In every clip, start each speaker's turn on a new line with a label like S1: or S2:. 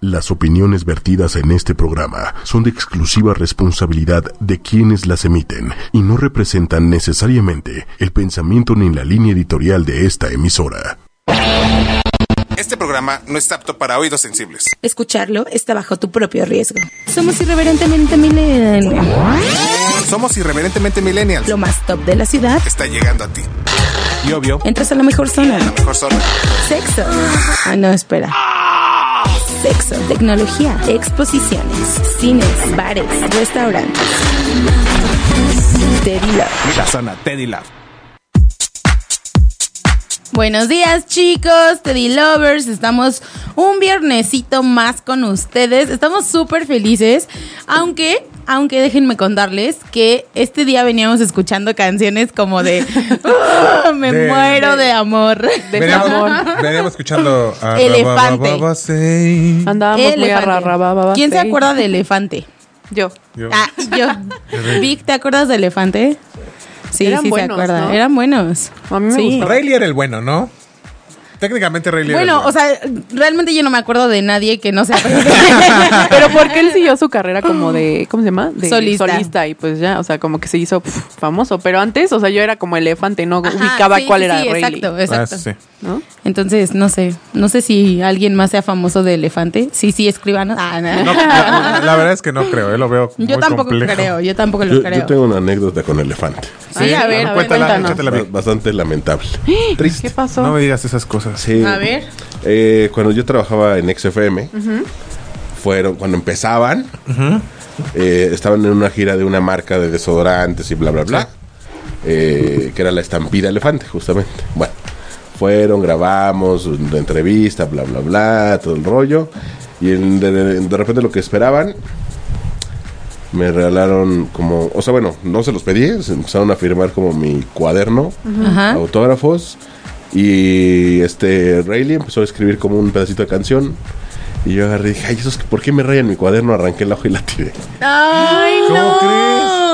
S1: Las opiniones vertidas en este programa son de exclusiva responsabilidad de quienes las emiten y no representan necesariamente el pensamiento ni la línea editorial de esta emisora.
S2: Este programa no es apto para oídos sensibles.
S3: Escucharlo está bajo tu propio riesgo. Somos irreverentemente millennials.
S2: Somos irreverentemente millennials.
S3: Lo más top de la ciudad.
S2: Está llegando a ti. Y obvio,
S3: Entras a la mejor zona.
S2: la mejor zona.
S3: Sexo. Ah, no, espera. Sexo, tecnología, exposiciones, cines, bares, restaurantes. Teddy Love.
S2: La zona Teddy Love.
S3: Buenos días chicos, Teddy Lovers, estamos un viernesito más con ustedes, estamos súper felices, aunque, aunque déjenme contarles que este día veníamos escuchando canciones como de "Ah, Me
S4: De-
S3: muero de, amor,
S4: Veníamos, veníamos escuchando a
S3: Elefante.
S4: Rabababasei.
S5: Andábamos muy ¿eh? arrarrababa.
S3: ¿Quién se acuerda de Elefante?
S5: Yo.
S4: Yo-
S3: Ah, yo. Vic, ¿te acuerdas de Elefante? Sí,
S5: Eran
S3: sí
S5: buenos,
S3: se acuerda.
S5: ¿no?
S3: Eran buenos.
S5: A mí me
S3: Sí.
S5: gustaba.
S4: Rayleigh era el bueno, ¿no? Técnicamente Rayleigh era el
S3: Bueno,
S4: bueno.
S3: o sea, realmente yo no me acuerdo de nadie que no sea
S5: Pero porque él siguió su carrera como de, ¿cómo se llama? De
S3: Solista.
S5: y pues ya, o sea, como que se hizo pf, famoso. Pero antes, o sea, yo era como elefante, no
S3: Ajá,
S5: ubicaba
S3: sí,
S5: cuál
S3: sí,
S5: era
S3: sí,
S5: Rayleigh,
S3: Exacto,
S4: Ah,
S3: exacto.
S4: sí.
S5: ¿no?
S3: Entonces, no sé, no sé si alguien más sea famoso de elefante. Sí, sí, escribanos. Ah, no.
S4: No, la, la verdad es que no creo, eh, lo veo
S3: yo
S4: muy
S3: tampoco
S4: complejo.
S3: creo, yo tampoco lo
S6: Yo,
S3: creo.
S6: yo tengo una anécdota con elefante.
S3: Sí, a ver, a ver,
S4: cuéntala,
S3: cuéntanos.
S4: échatela
S6: Ba-
S4: bien.
S6: Bastante lamentable.
S5: ¿Qué
S6: Triste.
S5: pasó?
S4: No me digas esas cosas.
S6: Sí.
S3: ¿Eh? A ver.
S6: Eh, cuando yo trabajaba en XFM, fueron, cuando empezaban, eh, estaban en una gira de una marca de desodorantes y bla, bla, bla. eh, que era la estampida elefante, justamente. Bueno, fueron, grabamos una entrevista, bla, bla, bla, todo el rollo. Y en- de, de- de repente lo que esperaban, me regalaron como, o sea, bueno, no se los pedí, se empezaron a firmar como mi cuaderno,
S3: Ajá.
S6: autógrafos. Y este Rayleigh empezó a escribir como un pedacito de canción. Y yo agarré y dije, ay, esos, ¿por qué me rayan mi cuaderno? Arranqué la hoja y la tiré.
S3: Ay,
S4: ¿Cómo
S3: no.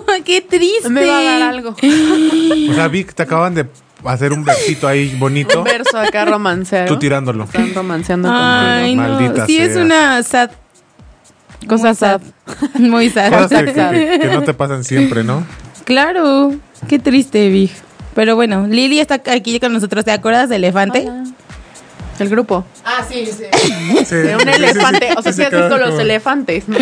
S3: Qué triste.
S5: Me va a dar algo.
S4: O sea, Vic, te acaban de hacer un versito ahí bonito.
S5: Un verso acá romancero.
S4: Tú tirándolo.
S5: Están romanceando
S3: Ay, no.
S4: Maldita
S3: sí, es
S4: sea.
S3: una sad.
S5: con Cosa sad.
S3: Muy sad.
S4: Cosas que, que- que no te pasan siempre, ¿no?
S3: Claro. Qué triste, Vig. Pero bueno, Lili está aquí con nosotros. ¿Te acuerdas de elefante?
S5: El grupo.
S3: Ah, sí, sí.
S4: Sí,
S5: De un
S4: sí, sí, sí,
S5: elefante.
S4: sí,
S5: O sea,
S4: sí,
S5: si has
S4: quedaron
S5: visto los
S4: como-
S5: elefantes. ¿no?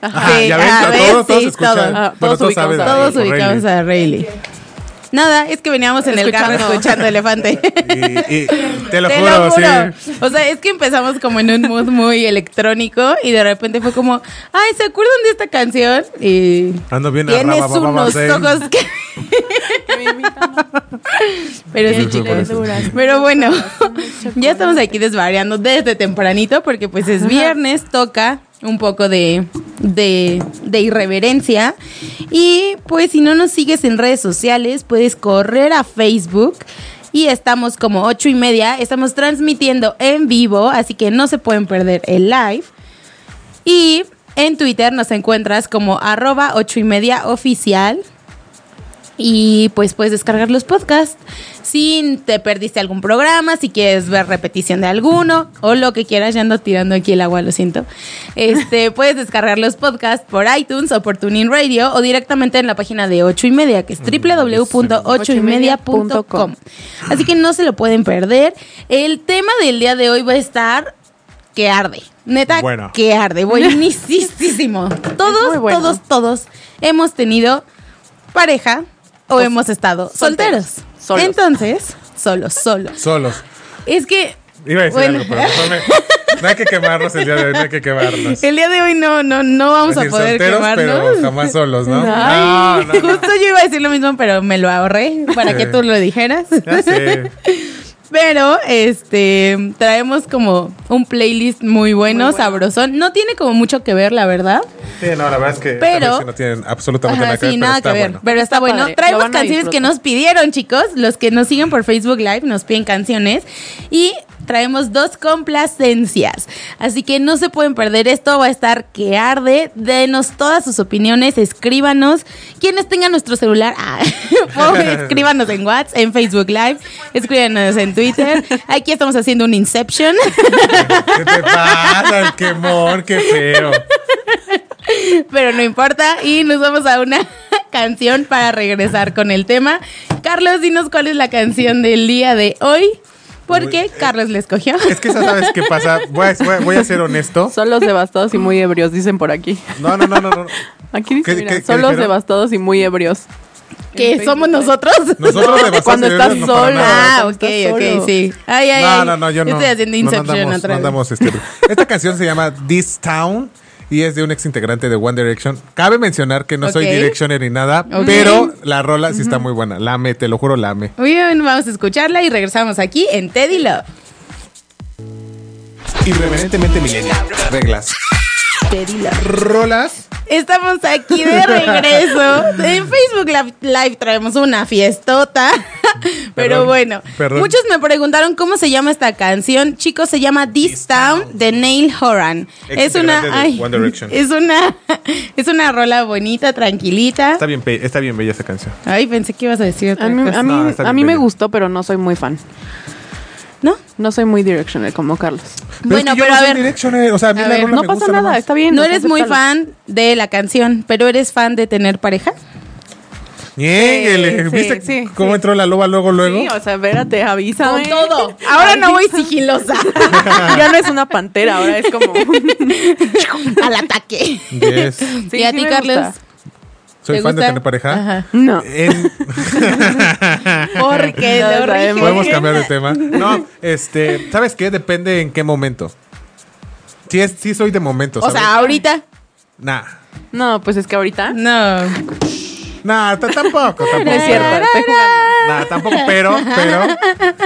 S4: Ajá,
S3: Sí,
S4: ya ven,
S3: a ver,
S4: todos, todos
S3: sí,
S4: escuchan.
S3: todos.
S5: Ah,
S4: Bueno,
S5: todos
S4: todos
S5: ubicamos
S4: saben
S5: a
S4: a
S3: Todos
S4: Rayleigh.
S3: ubicamos a Rayleigh. Nada, es que veníamos en el carro escuchando
S5: Escuchando.
S3: elefante.
S4: Y, y- te lo juro, sí.
S3: O sea, es que empezamos como en un mood muy electrónico y de repente fue como, ay, ¿se acuerdan de esta canción? Y
S4: Ando bien
S3: tienes
S4: arraba, baba,
S3: unos
S4: zen.
S3: ojos que... Pero sí,
S4: Bien
S3: chicos.
S4: duras.
S3: Pero bueno, ya estamos aquí desvariando desde tempranito porque pues es viernes, toca un poco de, de, de irreverencia. Y pues si no nos sigues en redes sociales, puedes correr a Facebook. Y estamos como ocho y media, estamos transmitiendo en vivo, así que no se pueden perder el live. Y en Twitter nos encuentras como arroba ocho y media oficial. Y pues puedes descargar los podcasts. Si te perdiste algún programa, si quieres ver repetición de alguno o lo que quieras, ya ando tirando aquí el agua, lo siento. Este, puedes descargar los podcasts por iTunes o por TuneIn Radio o directamente en la página de 8 y media, que es www.ochoymedia.com. Así que no se lo pueden perder. El tema del día de hoy va a estar que arde. Neta,
S4: Bueno.
S3: que arde. Buenísimo. todos,
S5: muy bueno.
S3: todos, todos hemos tenido pareja o
S5: O
S4: Pues,
S3: hemos estado
S5: solteros.
S3: solteros.
S5: Solos.
S3: Entonces, solos, solos.
S4: Solos.
S3: Es que
S4: Iba a decir
S3: Bueno.
S4: algo, pero mejor me- no hay que quemarnos el día de hoy, no hay que quemarnos.
S3: el día de hoy no, no, no vamos
S4: Es decir,
S3: a poder
S4: solteros,
S3: quemarnos.
S4: pero jamás solos, ¿no?
S3: Ay,
S4: No, no, no.
S3: Justo yo iba a decir lo mismo, pero me lo ahorré para
S4: Sí.
S3: que tú lo dijeras.
S4: Ya sé.
S3: Pero este traemos como un playlist muy bueno, sabrosón. No tiene como mucho que ver, la verdad.
S4: Sí, no, la verdad es que,
S3: Pero-
S4: es que no tienen absolutamente
S3: Ajá,
S4: nada que ver,
S3: sí,
S4: pero
S3: nada
S4: está
S3: que ver.
S4: bueno.
S3: Pero está,
S5: Está
S3: bueno.
S5: padre, lo
S3: Traemos
S5: van a
S3: canciones que
S5: disfrutar.
S3: nos pidieron, chicos. Los que nos siguen por Facebook Live nos piden canciones. Y traemos dos complacencias. Así que no se pueden perder esto, va a estar que arde. Denos todas sus opiniones, escríbanos. Quienes tengan nuestro celular, ah, por- escríbanos en WhatsApp, en Facebook Live, escríbanos en Twitter. Aquí estamos haciendo un Inception.
S4: ¿Qué te pasa? El quemón, qué feo.
S3: Pero no importa y nos vamos a una canción para regresar con el tema. Carlos, dinos cuál es la canción del día de hoy, porque Carlos la escogió.
S4: eh, Es que esa sabes qué pasa. Voy a, voy a- voy a ser honesto.
S5: Solos devastados y muy ebrios, dicen por aquí.
S4: No, no, no, no, no.
S5: Aquí dice,
S4: ¿Qué-
S5: mira,
S4: qué- qué
S5: solos
S4: dijeron?
S5: devastados y muy ebrios.
S3: Que
S5: En
S3: somos
S5: Facebook.
S3: nosotros.
S4: Nosotros de
S5: Cuando estás
S4: no para
S5: sola.
S4: nada.
S3: Ah, ok,
S5: Cuando estás
S3: ok,
S5: solo.
S3: sí. Ay, ay,
S4: No,
S3: ay.
S4: no, no, yo no.
S3: Estoy haciendo
S4: no
S3: Inception
S4: andamos-
S3: otra
S4: no
S3: vez.
S4: andamos, este, esta canción se llama This Town y es de un ex integrante de One Direction. Cabe mencionar que no soy
S3: Ok.
S4: Directioner ni nada,
S3: Ok.
S4: pero la rola sí está muy buena. La amé, te lo juro, la amé.
S3: Muy bien, vamos a escucharla y regresamos aquí en Teddy Love.
S4: Irreverentemente milenial. Reglas. Rolas.
S3: Estamos aquí de regreso. En Facebook Live, Live traemos una fiestota. Pero
S4: Perdón,
S3: bueno,
S4: perdón.
S3: muchos me preguntaron cómo se llama esta canción. Chicos, se llama This Town de Neil Horan.
S4: Ex
S3: Es una,
S4: integrante de
S3: ay,
S4: One Direction.
S3: es una es una rola bonita, tranquilita.
S4: Está bien, pe- está bien bella esa canción.
S3: Ay, pensé que ibas a decir otra
S5: A mí,
S3: cosa.
S5: a mí,
S4: No, está
S5: a
S4: bien
S5: mí me
S4: bello.
S5: gustó, pero no soy muy fan.
S3: ¿No?
S5: No soy muy directional como Carlos.
S4: es
S3: bueno,
S4: que yo
S3: pero
S4: no
S3: a
S4: soy
S3: ver,
S4: Directioner, o sea, a mí
S3: a
S4: la
S3: ver,
S4: rola
S5: No
S4: me
S5: pasa
S4: gusta
S5: nada,
S4: nomás.
S5: está bien.
S3: no
S5: o sea,
S3: eres muy
S5: acéptalo.
S3: fan de la canción, pero eres fan de tener pareja.
S4: Ñéguele,
S5: Sí,
S4: ¿Viste
S5: sí, sí.
S4: cómo entró la loba luego, luego?
S5: Sí, o sea, espérate, avísame.
S3: Con todo. Ahora no voy sigilosa
S5: ya no es una pantera, ahora es como.
S3: al ataque.
S4: Yes.
S5: Sí,
S3: ¿Y a
S5: sí
S3: ti,
S5: me
S3: Carlos?
S5: gusta.
S4: Soy
S3: ¿Te
S4: fan
S3: gusta?
S4: de tener pareja.
S3: Ajá.
S5: No.
S4: En-
S3: Porque
S5: No
S3: lo
S5: sabemos.
S3: origen-
S4: Podemos cambiar de tema. No, este, ¿sabes qué? Depende en qué momento. Sí, es, sí soy de momento,
S3: O
S4: ¿sabes?
S3: sea, ahorita.
S4: nah.
S5: No, pues es que ahorita.
S3: No.
S4: Nah, t- tampoco,
S5: No
S4: tampoco.
S5: es cierto, estoy jugando.
S4: Nah, tampoco, pero, pero.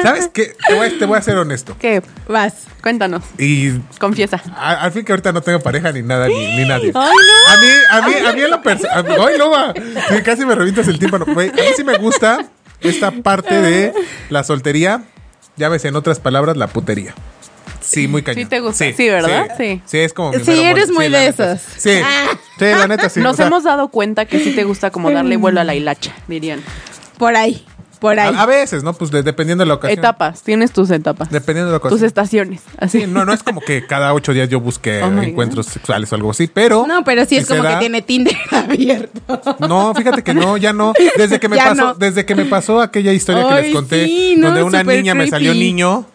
S4: ¿Sabes qué? Te voy, a- te voy a ser honesto.
S5: ¿Qué?
S3: Vas.
S5: Cuéntanos,
S4: Y
S5: confiesa.
S4: a- al fin que ahorita no tengo pareja ni nada, ni, ni nadie. A mí, a mí, a mí en la persona. ¡Ay, loba! Sí, casi me revientas el tímpano. Güey, A mí sí me gusta esta parte de la soltería. Llámese en otras palabras, la putería. Sí, muy cañón.
S5: Sí te gusta. Sí, ¿verdad?
S4: Sí.
S5: Sí.
S4: es como. mi
S3: Sí,
S4: mero
S3: eres
S4: mole.
S3: muy
S4: la
S3: de
S4: neta,
S3: esos.
S4: Sí. Sí. Sí, la neta, sí.
S5: Nos
S4: O sea,
S5: hemos dado cuenta que sí te gusta como darle vuelo a la hilacha, dirían.
S3: Por ahí. Por
S4: a,
S3: ahí.
S4: a veces, ¿no? Pues de- dependiendo de la ocasión.
S5: Etapas, tienes tus etapas.
S4: Dependiendo de la ocasión.
S5: Tus estaciones. Así.
S4: Sí, no, no es como que cada ocho días yo busque
S5: Oh my God.
S4: encuentros sexuales o algo así, pero.
S3: No, pero sí es
S4: se
S3: como que
S4: da-
S3: tiene Tinder abierto.
S4: No, fíjate que no, ya no. Desde que me
S3: Ya
S4: pasó,
S3: no.
S4: desde que me pasó aquella historia que
S3: Ay,
S4: les conté,
S3: sí, no,
S4: donde una
S3: súper
S4: niña me salió
S3: creepy.
S4: niño,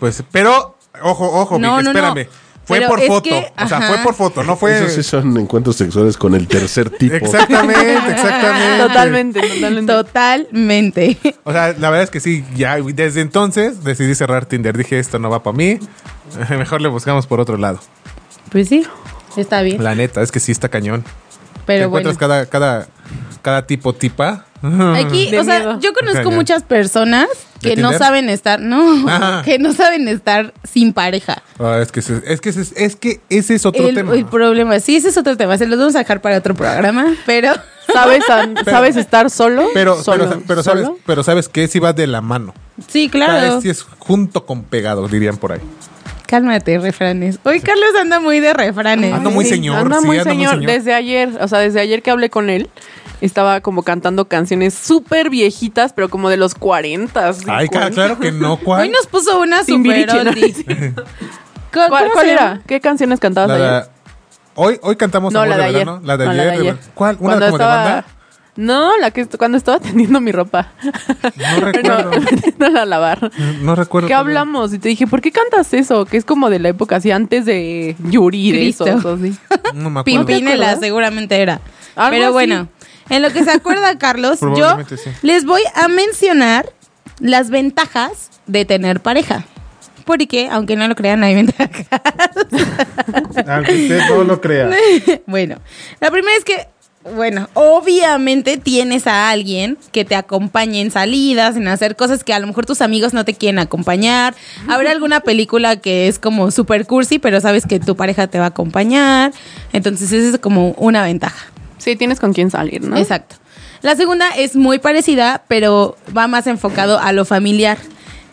S4: pues, pero, ojo, ojo,
S3: No,
S4: Vic,
S3: no, no.
S4: espérame. Fue
S3: Pero
S4: por
S3: es
S4: foto.
S3: que-
S4: o sea,
S3: ajá.
S4: fue por foto, no fue.
S6: Esos sí son encuentros sexuales con el tercer tipo.
S4: Exactamente, exactamente.
S5: Ah, Totalmente, totalmente.
S3: Totalmente.
S4: O sea, la verdad es que sí, ya desde entonces decidí cerrar Tinder. Dije, esto no va para mí. Mejor le buscamos por otro lado.
S3: Pues sí. Está bien.
S4: La neta, es que sí está cañón. Te
S3: Pero bueno.
S4: encuentras cada, cada, cada tipo tipa.
S3: Aquí,
S5: De
S3: o sea,
S5: miedo.
S3: yo conozco
S4: Cañón.
S3: muchas personas que
S4: ¿De
S3: no
S4: Tinder?
S3: saben estar, no,
S4: Ah.
S3: que no saben estar sin pareja.
S4: Ah, es, que ese, es, que ese, es que ese es otro
S3: el,
S4: tema.
S3: el problema, sí, ese es otro tema, se los vamos a dejar para otro programa, pero
S5: ¿Sabes, an- ¿Sabes estar solo?
S4: Pero,
S5: solo,
S4: pero, pero sabes,
S5: solo?
S4: pero sabes que si va de la mano.
S3: sí,
S4: Cada
S3: claro.
S4: vez sí es junto con pegado, dirían por ahí.
S3: Cálmate, refranes. Hoy Carlos anda muy de refranes.
S4: Ando muy
S5: Sí,
S4: señor,
S5: Anda
S4: sí,
S5: muy
S4: anda muy
S5: señor.
S4: señor.
S5: Desde ayer, o sea, desde ayer que hablé con él, estaba como cantando canciones súper viejitas, pero como de los 40.
S4: Ay, ca-
S5: 50.
S4: claro que no,
S3: Hoy
S4: ¿cuál?
S3: nos puso una super
S5: Timbiriche, ¿no?
S3: oldie. ¿Cuál,
S5: ¿Cuál,
S3: cómo
S5: cuál
S3: se
S5: era?
S3: llama?
S5: ¿Qué canciones cantabas
S4: La de-
S5: ayer?
S4: hoy, hoy cantamos
S5: No,
S4: Amor
S5: la de ayer.
S4: Verano, La de
S5: No,
S4: ayer. de ver- ¿Cuál? ¿Una
S5: Cuando
S4: como
S5: estaba-
S4: de banda?
S5: No, la que est- cuando estaba tendiendo mi ropa.
S4: No recuerdo.
S5: No la lavar.
S4: No recuerdo.
S5: ¿Qué
S4: cuál era.
S5: hablamos? Y te dije, ¿por qué cantas eso? Que es como de la época así, antes de Yuri, de
S3: Cristo.
S5: eso. así.
S4: No me acuerdo.
S3: Pimpinela,
S5: acuerdas?
S3: seguramente era.
S5: Algo
S3: Pero
S5: así.
S3: bueno, en lo que se acuerda Carlos, yo
S4: Probablemente sí.
S3: les voy a mencionar las ventajas de tener pareja. Porque, aunque no lo crean, hay ventajas.
S4: Aunque usted no lo crea.
S3: bueno, la primera es que, bueno, obviamente tienes a alguien que te acompañe en salidas, en hacer cosas que a lo mejor tus amigos no te quieren acompañar. Habrá alguna película que es como super cursi, pero sabes que tu pareja te va a acompañar. Entonces, esa es como una ventaja.
S5: Sí, tienes con quién salir, ¿no?
S3: Exacto. La segunda es muy parecida, pero va más enfocado a lo familiar.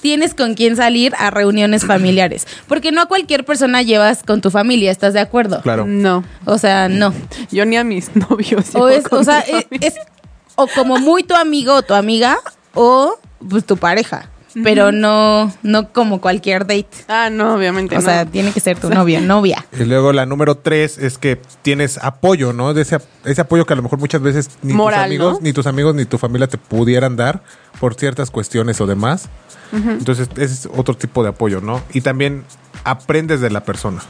S3: tienes con quién salir a reuniones familiares. Porque no a cualquier persona llevas con tu familia, ¿estás de acuerdo?
S4: Claro.
S5: No.
S3: O sea, no.
S5: Yo ni a mis novios.
S3: O,
S5: llevo
S3: es,
S5: con
S3: o sea,
S5: mi
S3: es,
S5: familia.
S3: es- o como muy tu amigo o tu amiga, o pues tu pareja. Pero no, no como cualquier date.
S5: Ah, no, obviamente.
S3: O
S5: no.
S3: sea, tiene que ser tu novio, novia.
S4: Y luego la número tres es que tienes apoyo, ¿no? De ese, ese apoyo que a lo mejor muchas veces ni
S5: Moral,
S4: tus amigos,
S5: ¿no?
S4: ni tus amigos, ni tu familia te pudieran dar por ciertas cuestiones o demás. Entonces, ese es otro tipo de apoyo, ¿no? Y también aprendes de la persona.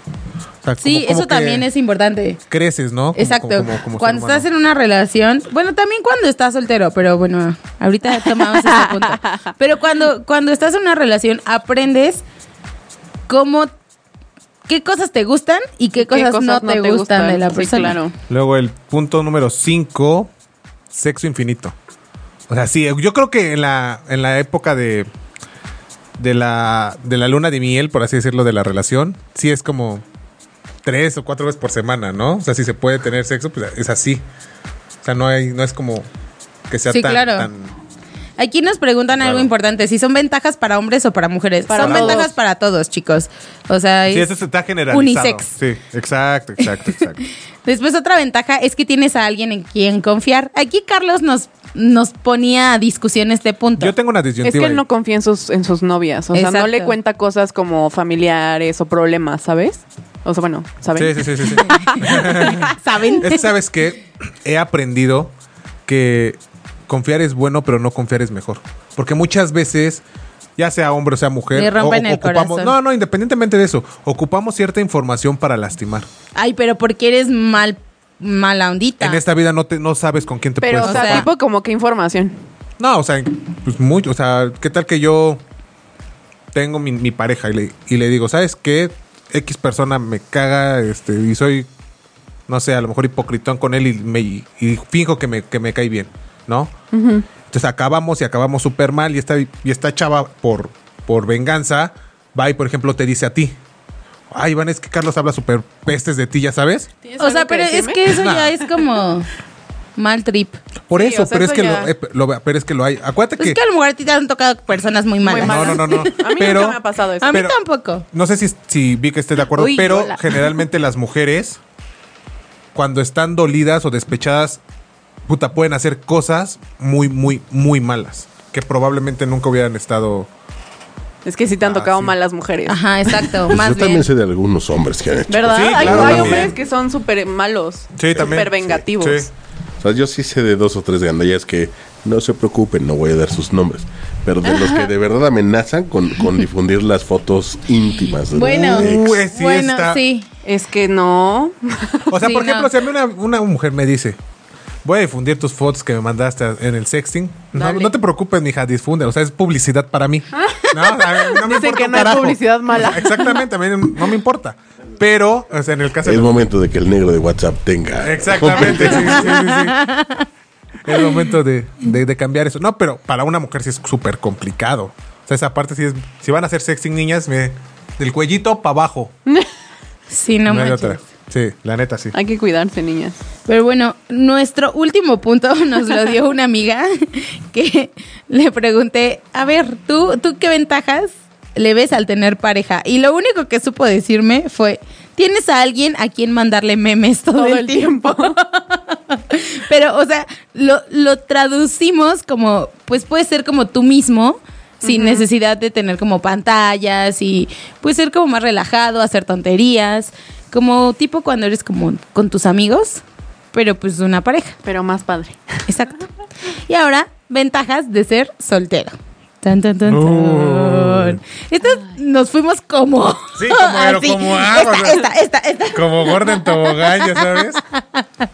S4: O sea,
S3: Sí,
S4: como- como
S3: eso
S4: que
S3: también es important
S4: Creces, ¿no? Como-
S3: Exacto.
S4: como- como- como
S3: cuando
S4: ser humano.
S3: estás en una relación, bueno, también cuando estás soltero, pero bueno, ahorita tomamos ese punto. Pero cuando, cuando estás en una relación, aprendes cómo, qué cosas te gustan y qué, cosas, no, te, gustan, de la
S5: Sí,
S3: persona.
S5: claro.
S4: Luego el punto número 5, sexo infinito. O sea, sí, yo creo que en la, en la época de, de, la, de la luna de miel, por así decirlo, de la relación, sí es como tres o cuatro veces por semana, ¿no? O sea, si se puede tener sexo, pues es así. O sea, no, hay, no es como que sea
S3: Sí,
S4: tan...
S3: claro.
S4: tan-
S3: Aquí nos preguntan algo
S4: Claro.
S3: importante, si son ventajas para hombres o para mujeres.
S5: Para
S3: son
S5: todos.
S3: ventajas para todos, chicos. O sea,
S4: Sí,
S3: es-
S4: eso está generalizado.
S3: unisex.
S4: Sí, exacto, exacto, exacto.
S3: Después otra ventaja es que tienes a alguien en quien confiar. Aquí Carlos nos, nos ponía a discusión este punto.
S4: Yo tengo una disyuntiva.
S5: Es que
S4: ahí.
S5: él no confía en sus, en sus novias. O sea, no
S3: Exacto.
S5: le cuenta cosas como familiares o problemas, ¿sabes? O sea, bueno, ¿sabes?
S4: Sí, sí, sí, sí, sí.
S3: ¿Saben?
S4: Es que, sabes que he aprendido que confiar es bueno, pero no confiar es mejor. Porque muchas veces, ya sea hombre o sea mujer,
S3: Le rompen
S4: o- o-
S3: el
S4: ocupamos.
S3: corazón.
S4: No, no, independientemente de eso, ocupamos cierta información para lastimar.
S3: Ay, pero porque eres mal, mala ondita.
S4: En esta vida no te, no sabes con quién te
S5: Pero, o
S4: puedes
S5: sea,
S4: topar.
S5: tipo como qué información.
S4: No, o sea, pues mucho. O sea, ¿qué tal que yo tengo mi, mi pareja y le, y le digo, ¿sabes qué? X persona me caga este, y soy, no sé, a lo mejor hipocritón con él y, me, y finjo que me, que me cae bien, ¿no? Entonces acabamos y acabamos súper mal y esta, y esta chava por, por venganza va y, por ejemplo, te dice a ti. Ay, Iván, es que Carlos habla súper pestes de ti, ya sabes.
S3: O sea, pero es que eso ya es como mal trip.
S4: Por
S5: Sí,
S4: eso,
S5: o sea,
S4: pero
S5: eso
S4: es que
S5: ya-
S4: lo, eh, lo- pero es que lo hay. Acuérdate
S3: Pues
S4: que
S3: es que a lo mejor a ti te han tocado personas muy malas.
S5: Muy malas.
S4: No, no, no, no.
S5: A mí
S4: Pero-
S5: nunca me ha pasado eso.
S3: A mí
S4: Pero-
S3: tampoco.
S4: No sé si, si vi que esté de acuerdo,
S5: Uy,
S4: pero
S5: hola.
S4: generalmente las mujeres, cuando están dolidas o despechadas, puta, pueden hacer cosas muy, muy, muy malas. Que probablemente nunca hubieran estado.
S5: Es que sí te han
S4: Ah,
S5: tocado
S4: sí.
S5: malas mujeres.
S3: Ajá, exacto.
S6: Pues
S3: más
S6: yo también
S3: bien.
S6: sé de algunos hombres que han hecho.
S5: ¿Verdad?
S4: Sí,
S5: Hay-
S4: claro,
S5: hay,
S4: también.
S5: hombres que son súper malos.
S4: Sí, también.
S5: Súper vengativos.
S4: Sí.
S6: O sea, yo sí sé de dos o tres gandallas que no se preocupen, no voy a dar sus nombres. Pero de los que de verdad amenazan con, con difundir las fotos íntimas. de
S3: Bueno,
S6: los ex.
S4: Uh, es- sí
S3: bueno,
S4: está.
S3: sí.
S5: Es que no.
S4: O sea,
S3: Sí,
S4: por ejemplo,
S3: no.
S4: si a mí una, una mujer me dice. Voy a difundir tus fotos que me mandaste a- en el sexting. No,
S3: Dale.
S4: no te preocupes, mija, difunde. O sea, es publicidad para mí. No, a mí no me
S5: Ah. Dicen
S4: importa
S5: que
S4: un
S5: no hay
S4: carajo.
S5: publicidad mala.
S4: Exactamente, a mí no me importa. Pero, o sea, en el caso de
S6: Es momento de que el negro de WhatsApp tenga.
S4: Exactamente, sí, sí, sí, sí. Es momento de, de- de cambiar eso. No, pero para una mujer sí es súper complicado. O sea, esa parte sí es. Si van a hacer sexting, niñas, me- del cuellito para abajo.
S3: Sí, no,
S4: No hay
S3: manches.
S4: otra. Sí, la neta sí.
S5: Hay que cuidarse, niñas.
S3: Pero bueno, nuestro último punto nos lo dio una amiga que le pregunté, a ver, ¿tú, ¿tú qué ventajas le ves al tener pareja? Y lo único que supo decirme fue, tienes a alguien a quien mandarle memes todo,
S5: Todo
S3: el,
S5: el
S3: tiempo. Pero, o sea, lo, lo traducimos como, pues puedes ser como tú mismo. Sin necesidad de tener como pantallas y puedes ser como más relajado, hacer tonterías, como tipo cuando eres como con tus amigos, pero pues una pareja.
S5: Pero más padre.
S3: Exacto. Y ahora, ventajas de ser soltero. Tan, tan, tan, tan.
S4: Oh.
S3: Estas nos fuimos como.
S4: Sí, como- pero
S3: así.
S4: como ah, agua,
S3: Esta, esta, esta, esta.
S4: Como Gordon Tobogán, ya sabes.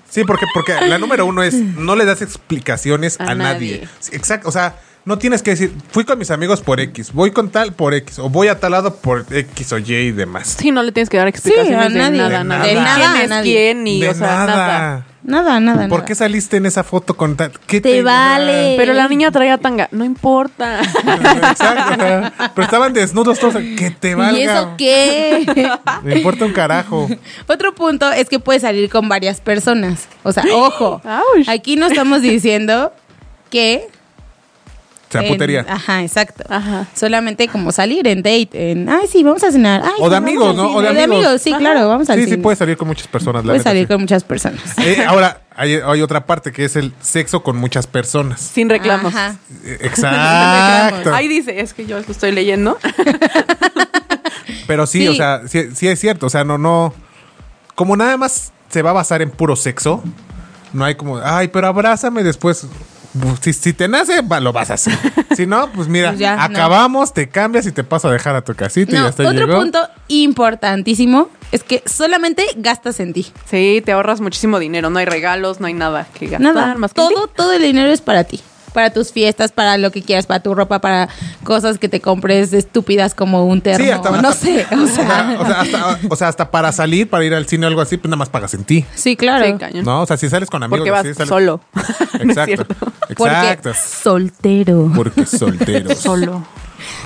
S4: Sí, porque, porque la número uno es no le das explicaciones a,
S5: A
S4: nadie.
S5: nadie.
S4: Sí, Exacto. O sea, no tienes que decir, fui con mis amigos por X, voy con tal por X, o voy a tal lado por X o Y y demás.
S5: Sí, no le tienes que dar
S3: a
S5: explicaciones de
S3: nadie.
S5: nada,
S4: De
S5: nada.
S4: nada.
S5: De
S3: De
S5: quién es
S3: nadie.
S5: quién y,
S4: De
S5: o sea, nada.
S3: Nada, nada.
S4: ¿Por
S3: nada.
S4: qué saliste en esa foto con tal? ¿Qué
S3: Te vale.
S5: Pero la niña traía tanga. No importa.
S4: Exacto. Pero estaban desnudos todos. Que te valga.
S3: ¿Y eso qué?
S4: Me importa un carajo.
S3: Otro punto es que puedes salir con varias personas. O sea, ojo.
S5: Ouch.
S3: Aquí no estamos diciendo que
S4: Chaputería.
S3: en- ah, ajá, exacto.
S5: Ajá.
S3: Solamente como salir en date, en, ay, sí, vamos a cenar. Ay,
S4: O
S3: sí, vamos
S4: de amigos,
S3: al
S4: ¿no?
S3: cine".
S4: O de amigos.
S3: sí, claro, vamos al
S4: Sí, sí,
S3: cine.
S4: puedes salir con muchas personas. la
S3: Puedes
S4: neta,
S3: salir
S4: sí.
S3: con muchas personas.
S4: Eh, ahora, hay, hay otra parte que es el sexo con muchas personas.
S5: Sin reclamos.
S3: Ajá.
S4: Eh, Exacto.
S5: Ahí dice, es que yo lo estoy leyendo.
S4: Pero sí,
S3: Sí.
S4: o sea, sí, sí es cierto. O sea, no, no. Como nada más se va a basar en puro sexo, no hay como, ay, pero abrázame después. Pues, Si, si te nace, va- lo vas a hacer. Si no, pues mira,
S3: Pues ya, no.
S4: acabamos, te cambias y te paso a dejar a tu casita y
S3: No,
S4: hasta
S3: otro
S4: llegó.
S3: punto importantísimo es que solamente gastas en ti.
S5: Sí, te ahorras muchísimo dinero. No hay regalos, no hay nada que gastar.
S3: Nada,
S5: más que en
S3: todo,
S5: ti.
S3: todo el dinero es para ti. Para tus fiestas, para lo que quieras, para tu ropa, para cosas que te compres estúpidas como un termo. no sé, o sea.
S4: o sea, hasta, o sea, hasta para salir, para ir al cine o algo así, pues nada más pagas en ti.
S3: sí, claro.
S5: Sí, cañón.
S4: ¿No? O sea, si sales con amigos. así,
S5: Porque vas
S4: sales-
S5: solo. No es
S4: Exacto.
S5: cierto.
S3: Porque
S4: Exacto.
S3: soltero.
S4: Porque solteros.
S5: Solo.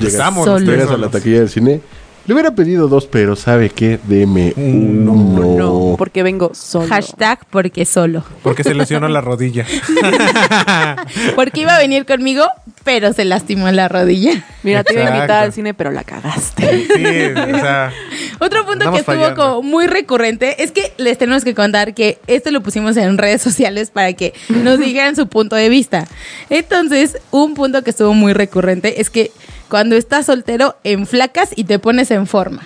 S4: Estamos.
S3: Solo.
S4: ustedes
S6: Llegas a la
S4: solos.
S6: taquilla del cine. Le hubiera pedido dos, pero ¿sabe qué? Deme
S4: Mm,
S6: uno.
S5: No, porque vengo solo.
S3: Hashtag porque solo.
S4: Porque se lesionó la rodilla.
S3: Porque iba a venir conmigo, pero se lastimó la rodilla.
S5: Mira, te iba a invitar
S4: Exacto.
S5: al cine, pero la cagaste.
S4: Sí, o sea.
S3: Otro punto
S4: Andamos
S3: que estuvo
S4: fallando.
S3: como muy recurrente es que les tenemos que contar que esto lo pusimos en redes sociales para que nos dijeran su punto de vista. Entonces, un punto que estuvo muy recurrente es que cuando estás soltero, enflacas y te pones en forma.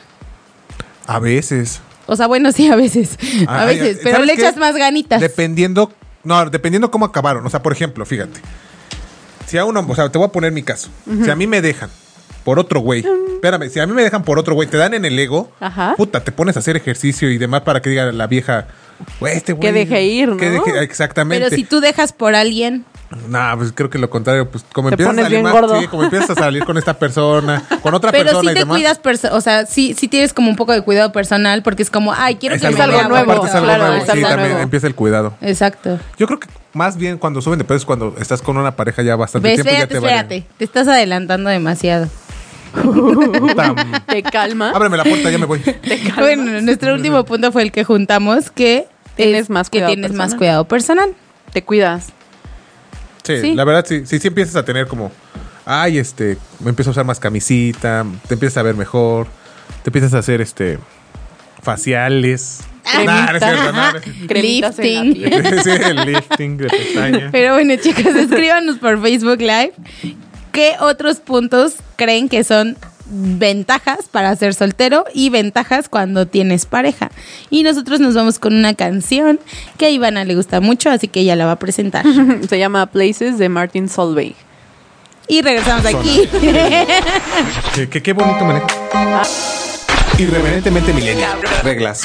S4: A veces.
S3: O sea, bueno, sí, a veces. A
S4: Ay,
S3: veces,
S4: ay,
S3: pero
S4: ¿sabes
S3: le
S4: qué?
S3: echas más ganitas.
S4: Dependiendo, no, dependiendo cómo acabaron. O sea, por ejemplo, fíjate. Si a uno, o sea, te voy a poner mi caso. Si a mí me dejan por otro güey, espérame, si a mí me dejan por otro güey, te dan en el ego,
S5: Ajá.
S4: puta, te pones a hacer ejercicio y demás para que diga la vieja, güey, este güey.
S5: Que deje ir,
S4: que
S5: ¿no?
S4: deje- exactamente.
S3: Pero si tú dejas por alguien,
S4: Nah, pues creo que lo contrario, pues como
S5: Te
S4: empiezas a
S5: pones
S4: salir
S5: bien
S4: más-
S5: gordo.
S4: sí, como empiezas a salir con esta persona, con otra
S3: pero si
S4: persona y
S3: te
S4: demás.
S3: cuidas, perso- o sea, sí, sí tienes como un poco de cuidado personal porque es como, ay, quiero
S4: es
S3: que
S4: algo
S3: me
S5: algo
S3: vea
S4: nuevo,
S5: nuevo,
S4: aparte es algo
S5: claro,
S4: nuevo.
S5: es
S4: sí,
S5: algo
S4: también
S5: nuevo.
S4: empieza el cuidado.
S3: Exacto.
S4: Yo creo que más bien cuando suben de peso es cuando estás con una pareja ya bastante
S3: Ve,
S4: tiempo y ya
S3: espérate,
S4: te valen.
S3: espérate. Te estás adelantando demasiado.
S4: Tam.
S5: Te calma.
S4: Ábreme la puerta, ya me voy.
S3: Bueno, nuestro último punto fue el que juntamos que
S5: Tienes
S3: es
S5: más
S3: que
S5: cuidado
S3: tienes más
S5: personal.
S3: cuidado personal.
S5: Te cuidas.
S4: Sí,
S3: Sí.
S4: la verdad sí, sí, sí empiezas a tener como, ay, este, me empiezo a usar más camisita, te empiezas a ver mejor, te empiezas a hacer este faciales.
S3: Ah,
S4: Nah, Ah, no es cierto, no, no.
S5: Cremitas en la
S3: Lifting.
S4: Sí, el lifting de pestaña.
S3: Pero bueno, chicas, escríbanos por Facebook Live qué otros puntos creen que son ventajas para ser soltero y ventajas cuando tienes pareja. Y nosotros nos vamos con una canción que a Ivana le gusta mucho, así que ella la va a presentar.
S5: Se llama Places de Martin Solveig.
S3: Y regresamos aquí.
S4: Sí, que qué bonito manejo. Irreverentemente milenial. Reglas.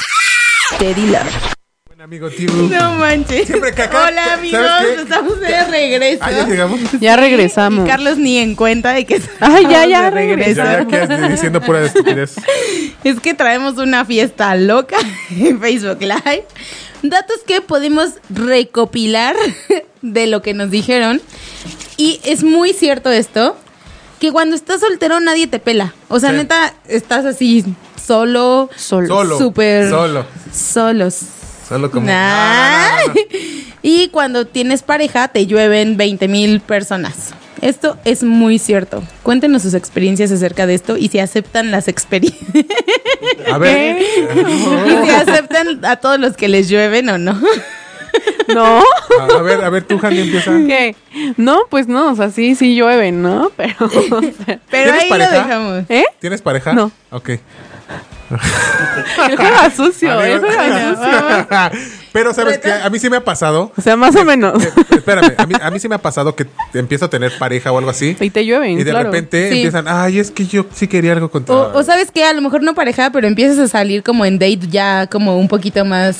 S5: Teddy Love.
S4: Buen amigo Tibu.
S3: no manches.
S4: Siempre que acá-
S3: Hola
S4: ¿sabes
S3: amigos,
S4: qué?
S3: estamos de regreso.
S4: Ah, ya llegamos.
S5: Ya
S3: Y
S5: regresamos.
S3: Carlos ni en cuenta de que
S5: Ay, ya,
S3: estamos
S5: ya,
S3: de
S5: regresé.
S4: Ya, ya quedas diciendo pura estupidez.
S3: Es que traemos una fiesta loca en Facebook Live. Datos que podemos recopilar de lo que nos dijeron. Y es muy cierto esto, que cuando estás soltero nadie te pela. O sea,
S4: Sí.
S3: neta, estás así solo,
S5: Solo.
S4: Solo.
S3: súper
S4: Solo.
S3: solos.
S4: Solo como.
S3: Nah.
S4: No, no, no, no, no.
S3: Y cuando tienes pareja, te llueven 20 mil personas. Esto es muy cierto. Cuéntenos sus experiencias acerca de esto y si aceptan las experiencias.
S4: A ver. Oh.
S3: y si aceptan a todos los que les llueven o no.
S5: ¿No?
S4: A, a ver, a ver, tú, Jani, empieza.
S5: ¿Qué? No, pues no, o sea, sí, sí llueve, ¿no? Pero, o sea,
S3: Pero
S4: ¿Tienes
S3: ahí
S4: pareja?
S3: lo dejamos.
S5: ¿eh?
S4: ¿Tienes pareja?
S5: No.
S4: Ok.
S5: El juego sucio,
S4: Amigo-
S5: el juego sucio.
S4: Pero sabes que a mí sí me ha pasado.
S5: O sea, más o menos.
S4: eh, Espérame, a mí, a mí sí me ha pasado que empiezo a tener pareja o algo así.
S5: Y te llueven,
S4: Y de
S5: claro.
S4: repente
S3: Sí.
S4: empiezan, ay, es que yo sí quería algo
S3: O,
S4: contigo.
S3: o sabes que a lo mejor no pareja, pero empiezas a salir como en date ya como un poquito más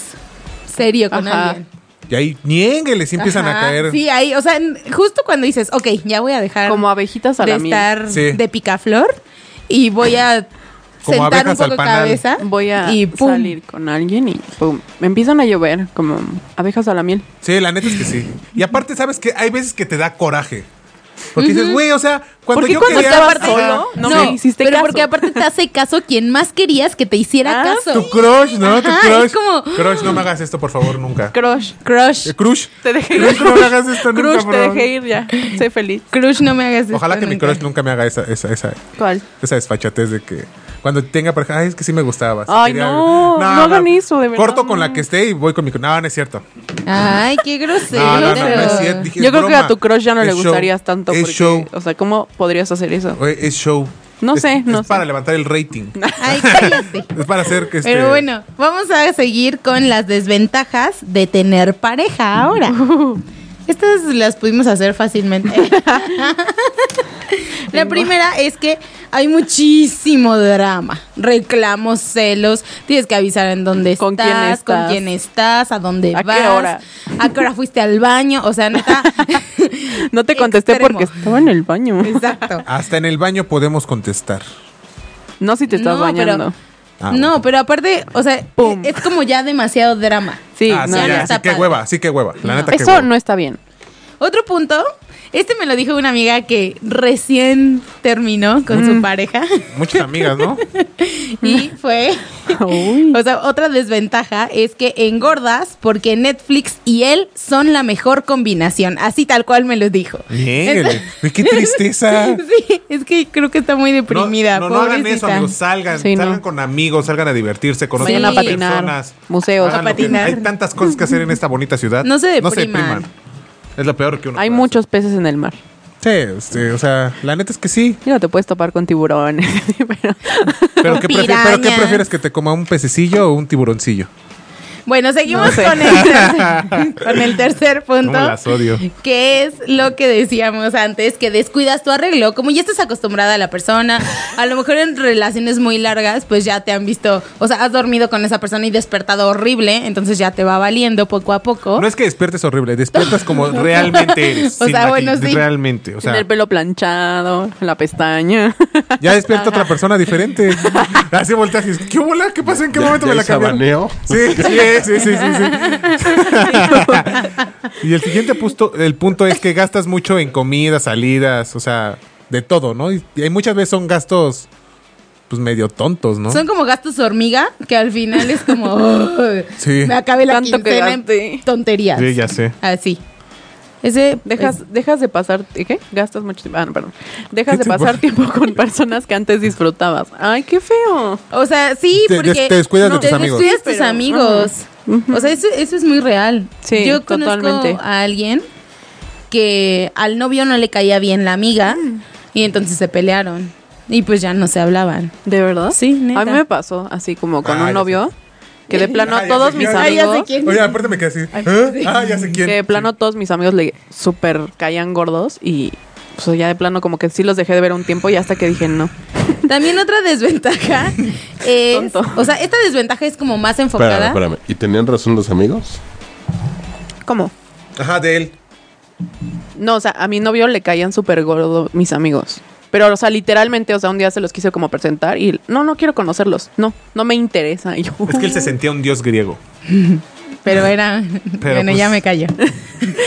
S3: serio con
S5: Ajá.
S3: alguien.
S4: y ahí niéngueles y empiezan a
S3: Ajá.
S4: caer.
S3: Sí, ahí, o sea, en- justo cuando dices, ok, ya voy a dejar
S5: Como abejitas a
S3: de
S5: la miel.
S3: estar
S4: Sí.
S3: de picaflor y voy a sentar
S4: Como
S3: un
S4: abejas al
S3: poco
S4: panal.
S3: cabeza
S5: Voy a
S3: y pum.
S5: salir con alguien y pum. Me empiezan a llover como abejas a la miel.
S4: Sí, la neta es que sí. Y aparte, ¿sabes que Hay veces que te da coraje. Porque dices, güey, o sea, cuando
S5: ¿Por qué
S4: yo
S5: cuando
S4: quería.
S5: estabas
S4: Ajá.
S5: solo? No,
S3: No,
S5: me hiciste
S3: pero
S5: caso.
S3: porque aparte te hace caso quien más querías que te hiciera
S5: Ah,
S3: caso.
S4: Tu crush, ¿no?
S3: Ajá,
S4: tu crush.
S3: es como-
S4: Crush, no me hagas esto, por favor, nunca.
S5: Crush.
S3: Crush.
S4: Eh, crush.
S5: Te dejé ir.
S4: Crush, no me hagas esto nunca,
S5: Crush,
S4: por
S5: te
S4: favor.
S5: dejé ir ya. Sé feliz.
S3: Crush, no me hagas
S4: Ojalá
S3: esto
S4: que mi
S3: nunca.
S4: crush nunca me haga esa, esa, esa,
S5: ¿Cuál?
S4: esa desfachatez de que cuando tenga pareja, ay, es que sí me gustaba. sí
S5: Ay,
S4: quería-
S5: no, no hagan eso, de verdad,
S4: Corto con
S5: no.
S4: la que esté y voy con mi cru- No, no es cierto.
S3: Ay, qué grosero.
S4: No, no, no, no es cierto. Dije,
S5: Yo
S4: es
S5: creo que
S4: broma.
S5: a tu crush ya no
S4: Es
S5: le
S4: show.
S5: gustarías tanto.
S4: Es
S5: Porque,
S4: show.
S5: O sea, ¿cómo podrías hacer eso?
S4: Güey, Es show.
S5: No
S4: Es-
S5: sé,
S4: es
S5: no sé. Ah,
S4: para levantar el rating.
S3: Ay, cállate.
S4: Es para hacer que este-
S3: Pero bueno, vamos a seguir con las desventajas de tener pareja ahora. Estas las pudimos hacer fácilmente. La primera es que hay muchísimo drama, reclamos, celos, tienes que avisar en dónde
S5: ¿Con quién
S3: estás, con
S5: estás?
S3: quién estás, a dónde
S5: ¿A qué
S3: vas,
S5: hora?
S3: a qué hora fuiste al baño, o sea, neta.
S5: No te contesté
S3: extremo.
S5: porque estaba en el baño.
S3: Exacto.
S4: Hasta en el baño podemos contestar.
S5: No si te estás
S3: No, pero-
S5: bañando.
S4: Ah,
S3: no, pero aparte, o sea,
S5: Pum.
S3: es como ya demasiado drama.
S5: Sí,
S4: Ah,
S5: no,
S4: sí,
S3: no
S4: ya,
S5: ya.
S4: sí,
S3: está
S4: qué
S3: padre.
S4: hueva, sí, qué hueva. La neta, qué
S5: Eso
S4: hueva.
S5: no está bien.
S3: Otro punto, este me lo dijo una amiga que recién terminó con su pareja
S4: Muchas amigas, ¿no?
S3: y fue,
S5: Uy.
S3: o sea, otra desventaja es que engordas porque Netflix y él son la mejor combinación, así tal cual me lo dijo.
S4: Mírale. Uy, qué tristeza.
S3: Sí, es que creo que está muy deprimida.
S4: No, no, no hagan eso,
S3: pobrecita.
S4: amigos. Salgan,
S5: Sí,
S4: salgan
S5: no.
S4: con amigos, salgan a divertirse, con
S5: Vayan
S3: a
S4: otras
S5: patinar,
S4: personas.
S5: museos.
S4: Hagan
S3: A
S4: lo que-
S3: patinar.
S4: Hay tantas cosas que hacer en esta bonita ciudad.
S3: No se depriman.
S4: Es lo peor que uno.
S5: Hay
S4: puede
S5: muchos peces en el mar.
S4: hacer. Sí, sí, o sea, la neta es que sí.
S5: Y no te puedes topar con tiburones. pero-
S4: Pero ¿qué, prefi- pero ¿qué
S3: Pirañas.
S4: prefieres que te coma un pececillo o un tiburoncillo?
S3: Bueno, seguimos
S5: No sé.
S3: con, el tercer, con el tercer punto.
S4: Cómo las odio.
S3: Que es lo que decíamos antes, que descuidas tu arreglo. Como ya estás acostumbrada a la persona, a lo mejor en relaciones muy largas, pues ya te han visto, o sea, has dormido con esa persona y despertado horrible, entonces ya te va valiendo poco a poco.
S4: No es que despiertes horrible, despiertas como realmente eres.
S3: ¿Oh? O
S4: sin
S3: sea, bueno,
S4: maquillaje,
S3: sí.
S4: Realmente, o sea.
S5: Tener el pelo planchado, la pestaña.
S4: Ya despierta otra persona diferente. Así volteas y dices, ¿qué bola? ¿Qué pasa? ¿En qué
S6: Ya-
S4: momento
S6: ya
S4: me la
S6: hay sabaneo.
S4: cambiaron? Sí, sí, sí, sí, sí, sí. y el siguiente punto, el punto es que gastas mucho en comidas, salidas, o sea, de todo, ¿no? Y, y muchas veces son gastos, pues, medio tontos, ¿no?
S3: Son como gastos hormiga, que al final es como, "Ugh,
S4: Sí.
S3: me acabé la
S5: Tanto que
S3: quincena en
S5: gasté".
S3: tonterías.
S4: Sí, ya sé.
S3: Así. Ese,
S5: Dejas, dejas de pasar, ¿qué? Gastas mucho tiempo. Ah, no, perdón. Dejas
S4: ¿Qué
S5: de
S4: te
S5: pasar
S4: pasa?
S5: tiempo con personas que antes disfrutabas. Ay, qué feo.
S3: O sea, sí,
S4: Te-
S3: porque
S4: des- te descuidas de tus amigos.
S3: descuidas tus
S5: Pero,
S3: amigos. O sea, eso, eso es muy real.
S5: Sí,
S3: Yo conozco
S5: totalmente.
S3: a alguien que al novio no le caía bien la amiga
S5: Mm.
S3: y entonces se pelearon y pues ya no se hablaban.
S5: ¿De verdad?
S3: Sí, neta.
S5: A mí me pasó así como con
S4: Ah, ya
S5: un novio que de plano
S4: Ah, ya
S5: todos
S4: sé
S5: mis
S4: quién.
S3: Ah, ya sé
S5: amigos
S3: quién.
S4: Oye, aparte me quedé así. ¿eh? Ah, ya sé quién.
S5: que de plano todos mis amigos le súper caían gordos y pues ya de plano como que sí los dejé de ver un tiempo y hasta que dije no.
S3: También otra desventaja es,
S5: Tonto.
S3: o sea, esta desventaja es como más
S6: Espérame,
S3: enfocada.
S6: espérame. ¿Y tenían razón los amigos?
S5: ¿Cómo?
S4: Ajá, de él.
S5: No, o sea, a mi novio le caían súper gordo mis amigos. Pero, o sea, literalmente, o sea, un día se los quise como presentar y no, no quiero conocerlos. No, no me interesa. Y yo,
S4: Es que él se sentía un dios griego.
S3: Pero era,
S4: Pero,
S3: bueno,
S4: pues,
S3: ya me callo.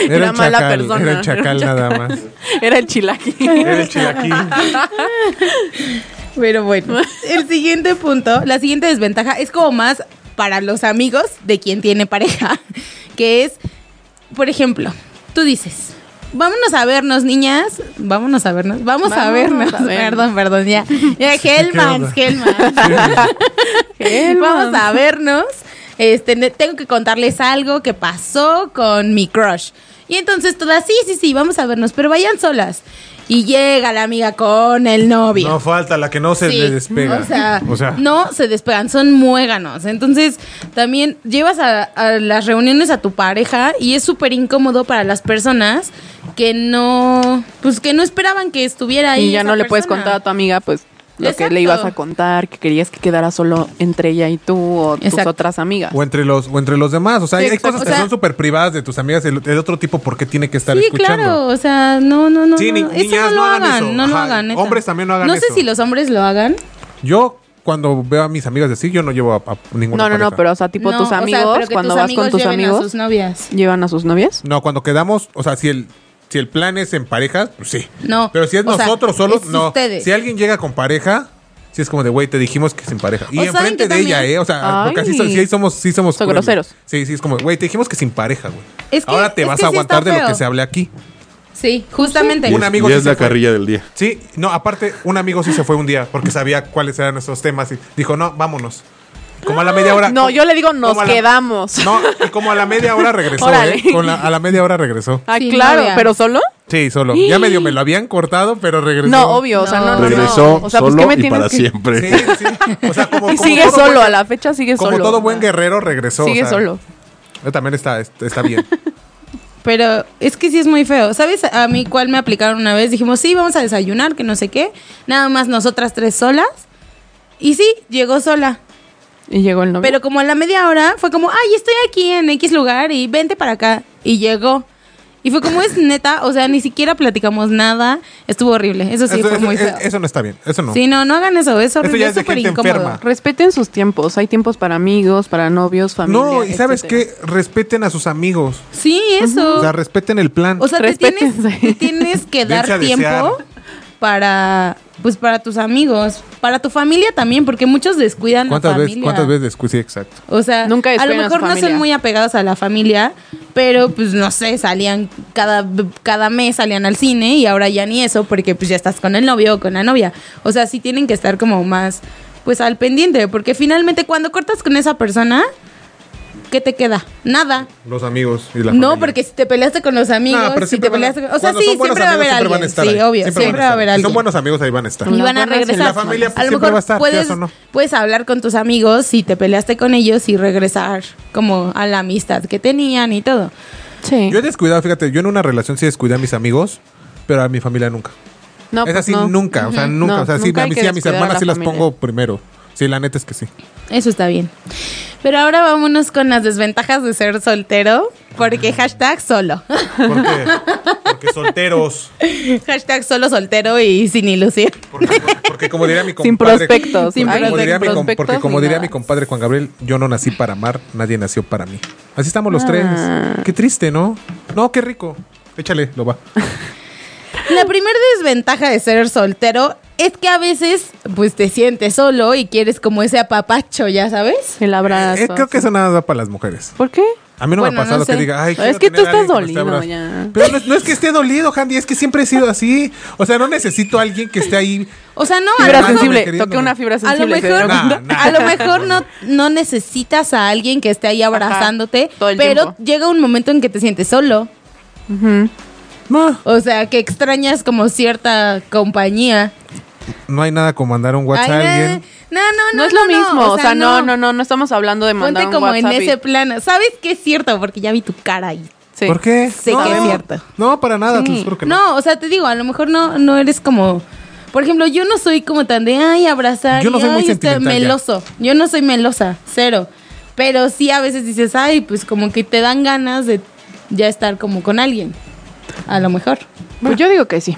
S4: Era,
S5: Era
S4: un
S5: mala
S4: chacal,
S5: persona.
S4: Era un chacal nada más.
S5: Era el chilaqui.
S4: Era el chilaquín.
S3: Pero bueno, el siguiente punto, la siguiente desventaja es como más para los amigos de quien tiene pareja, que es, por ejemplo, tú dices, vámonos a vernos, niñas, vámonos a vernos, vamos, a
S5: Vámonos
S3: vernos.
S5: a vernos.
S3: Perdón, perdón, ya. ya
S4: onda?
S3: Hellmans, Hellmans. Vamos a vernos. Este, ne- tengo que contarles algo que pasó con mi crush. Y entonces todas, sí, sí, sí, vamos a vernos, pero vayan solas. Y llega la amiga con el novio.
S4: No falta la que no se
S3: Sí.
S4: le despega.
S3: O sea, no se despegan, son muéganos. Entonces, también llevas a, a las reuniones a tu pareja y es súper incómodo para las personas que no, pues que no esperaban que estuviera ahí.
S5: Y ya
S3: esa
S5: no le puedes
S3: persona.
S5: contar a tu amiga, pues, lo que le
S3: Exacto.
S5: ibas a contar, que querías que quedara solo entre ella y tú o tus
S3: Exacto.
S5: otras amigas.
S4: O entre los, o entre los demás. O sea,
S5: Sí,
S4: hay
S5: exacto.
S4: cosas
S3: O
S4: que
S3: sea-
S4: son súper privadas de tus amigas. El, el otro tipo, ¿por qué tiene que estar
S3: Sí,
S4: escuchando?
S3: claro, o sea, no, no, no.
S4: Sí, ni-
S3: no. Eso
S4: niñas,
S3: no lo
S4: no hagan
S3: hagan,
S4: eso.
S3: no lo
S4: Ajá,
S3: hagan. neta.
S4: hombres también no hagan
S3: sé
S4: eso.
S3: si los hombres lo hagan.
S4: Yo, cuando veo a mis amigas así, yo no llevo a, a ninguna.
S5: No, no, no,
S4: pareja.
S5: pero, o sea, tipo
S3: No,
S5: tus
S3: o sea,
S5: amigos,
S3: pero que
S5: cuando
S3: tus
S5: vas con tus
S3: lleven
S5: amigos,
S3: A sus novias.
S5: llevan a sus novias.
S4: No, cuando quedamos, o sea, si el. si el plan es en parejas, pues sí.
S3: No,
S4: Pero si es
S3: o sea,
S4: nosotros solos,
S3: es
S4: no.
S3: ustedes.
S4: Si alguien llega con pareja, si es como de, güey, te dijimos que es en pareja. Y
S3: O saben
S4: enfrente de
S3: que
S4: ella,
S3: también-
S4: ¿eh? O sea, porque así,
S5: Ay.
S4: so- sí somos, sí somos.
S5: Son
S4: crueles.
S5: groseros.
S4: Sí, sí, es como, güey, te dijimos que sin pareja, güey.
S3: Es que-
S4: Ahora te
S3: es
S4: vas
S3: que
S4: a
S3: sí está
S4: aguantar de lo
S3: feo.
S4: que se hable aquí.
S3: Sí, justamente.
S6: Y
S4: Un
S6: es- y
S4: amigo que
S6: es
S4: se
S6: la
S4: fue.
S6: carrilla del día.
S4: Sí, no, aparte, un amigo sí se fue un día porque sabía cuáles eran nuestros temas y dijo, no, vámonos. Como a la media hora.
S5: No,
S4: como-
S5: yo le digo, nos
S4: como a la-
S5: quedamos.
S4: No, y como a la media hora regresó,
S5: Órale.
S4: ¿eh? Con la- a la media hora regresó.
S5: Ah,
S3: Sí,
S5: claro,
S3: no había.
S5: pero solo.
S4: Sí, solo. Ya medio me lo habían cortado, pero regresó.
S5: No, obvio, o sea,
S3: No.
S5: no, no, no.
S6: Regresó
S5: O sea, pues,
S6: solo
S5: ¿qué me
S6: y
S5: tienes
S6: para
S5: que-
S6: siempre.
S4: Sí, sí. O sea, como,
S5: Y
S4: como
S5: sigue
S4: todo
S5: solo,
S4: buen-
S5: a la fecha sigue
S4: Como
S5: solo.
S4: todo buen guerrero regresó.
S5: Sigue
S4: o sea,
S5: solo.
S4: eh, También está, está bien.
S3: Pero es que sí es muy feo. ¿Sabes a mí cuál me aplicaron una vez? Dijimos, sí, vamos a desayunar, que no sé qué. Nada más nosotras tres solas. Y sí, llegó sola.
S5: Y llegó el novio.
S3: Pero como a la media hora fue como, ay, estoy aquí en X lugar y vente para acá. Y llegó. Y fue como, es neta, o sea, ni siquiera platicamos nada. Estuvo horrible. Eso sí,
S4: eso,
S3: fue
S4: eso-
S3: muy
S4: eso-
S3: feo.
S4: eso no está bien. Eso no.
S3: Sí, no, no hagan eso. Es
S4: ya
S3: horrible,
S4: es
S3: es
S4: de
S3: súper
S4: gente
S3: incómodo.
S4: enferma.
S5: Respeten sus tiempos. Hay tiempos para amigos, para novios, familia.
S4: no, y ¿sabes
S5: etcétera.
S4: qué? Respeten a sus amigos.
S3: Sí, eso.
S4: O sea, respeten el plan.
S3: O sea, te tienes,
S5: Respétense.
S3: te tienes que
S4: Dense a
S3: dar
S4: desear.
S3: tiempo para pues para tus amigos, para tu familia también, porque muchos descuidan la
S4: ¿Cuántas
S3: familia.
S4: veces? ¿Cuántas veces? descu- Sí, exacto.
S3: O sea,
S5: Nunca
S3: a lo
S5: descuidan a su
S3: mejor no son
S5: familia.
S3: muy apegados a la familia, pero pues no sé, salían cada, cada mes salían al cine y ahora ya ni eso porque pues ya estás con el novio o con la novia. O sea, sí tienen que estar como más pues al pendiente, porque finalmente cuando cortas con esa persona, ¿qué te queda? Nada.
S4: Los amigos y la
S3: No,
S4: familia.
S3: porque si te peleaste con los amigos,
S4: No, pero
S3: si
S4: siempre
S3: te
S4: van a-
S3: peleaste con... O sea,
S4: cuando
S3: sí,
S4: son buenos
S3: siempre va a haber
S4: amigos, siempre van
S3: alguien.
S4: estar ahí.
S3: Sí, obvio, siempre,
S4: van
S3: va a
S4: estar
S3: haber
S4: ahí. Si
S3: alguien.
S4: son buenos amigos, ahí van a estar.
S3: Y
S5: Las
S3: van a
S5: buenas y
S3: regresar.
S5: la
S4: familia,
S3: a
S4: pues,
S3: lo
S4: siempre
S3: mejor
S4: va a estar,
S3: puedes,
S4: quieras o no.
S3: puedes hablar con tus amigos si te peleaste con ellos y regresar como a la amistad que tenían y todo.
S5: Sí.
S4: Yo he descuidado, fíjate, yo en una relación sí descuidé a mis amigos, pero a mi familia nunca.
S5: No,
S4: es
S5: pues
S4: así
S5: no.
S4: nunca, o sea, nunca.
S5: No,
S4: o sea, sí,
S5: nunca
S4: a,
S5: hay
S4: mí,
S5: que
S4: sí, a mis
S5: descuidar a
S4: hermanas
S5: la
S4: sí las
S5: familia.
S4: pongo primero. Sí, la neta es que sí.
S3: Eso está bien. Pero ahora vámonos con las desventajas de ser soltero, porque hashtag solo.
S4: ¿Por qué? Porque solteros.
S3: hashtag solo soltero y sin ilusión.
S4: Porque, porque como diría mi compadre.
S5: Sin prospectos.
S4: Porque,
S5: Sin
S4: como
S5: prospectos,
S4: diría mi com-
S5: prospectos
S4: porque como
S5: ni
S4: diría
S5: nada.
S4: mi compadre Juan Gabriel, yo no nací para amar, nadie nació para mí. Así estamos los
S5: Ah.
S4: tres. Qué triste, ¿no? No, qué rico. Échale, lo va.
S3: La primera desventaja de ser soltero es que a veces pues te sientes solo y quieres como ese apapacho, ya sabes.
S5: El abrazo.
S4: Eh, creo que eso nada da para las mujeres.
S5: ¿Por qué?
S4: A mí no
S3: Bueno,
S4: me ha pasado
S3: no sé.
S4: que diga, ay, quiero
S5: Es que tú
S4: tener a
S5: estás
S4: alguien que me
S5: dolido
S4: esté abrazando".
S5: ya.
S4: Pero no, es- no es que esté dolido, Handy, es que siempre he sido así. O sea, no necesito a alguien que esté ahí.
S3: O sea,
S4: Ah,
S3: no, a
S5: Fibra
S3: lo mejor-
S5: sensible.
S4: queriéndome.
S5: Toqué una fibra
S3: A
S5: sensible.
S3: lo
S5: ¿se dieron
S3: mejor,
S4: Nah,
S5: cuenta?
S4: nah.
S3: a lo mejor no, no necesitas a alguien que esté ahí abrazándote,
S5: todo el
S3: pero
S5: tiempo.
S3: llega un momento en que te sientes solo.
S5: Ujú.
S4: No,
S3: O sea, que extrañas como cierta compañía.
S4: no hay nada como mandar un WhatsApp
S3: Ay,
S4: a
S3: na-
S4: alguien.
S3: No, no, no.
S5: No es lo mismo. O sea, no, no, no. No estamos hablando de mandar
S3: Ponte
S5: un
S3: como en
S5: WhatsApp y-
S3: ese plano. ¿Sabes qué es cierto? Porque ya vi tu cara ahí.
S5: Sí.
S4: ¿Por qué?
S3: Sé
S4: no,
S3: que es cierto.
S4: No, para nada, te lo juro que no.
S3: No, o sea, te digo, a lo mejor no, no eres como. Por ejemplo, yo no soy como tan de ay abrazar.
S4: Yo no
S3: y,
S4: soy muy
S3: ay, este,
S4: sentimental, ya.
S3: meloso. Yo no soy melosa, cero. Pero sí a veces dices, ay, pues como que te dan ganas de ya estar como con alguien. A lo mejor.
S5: Pues yo digo que sí.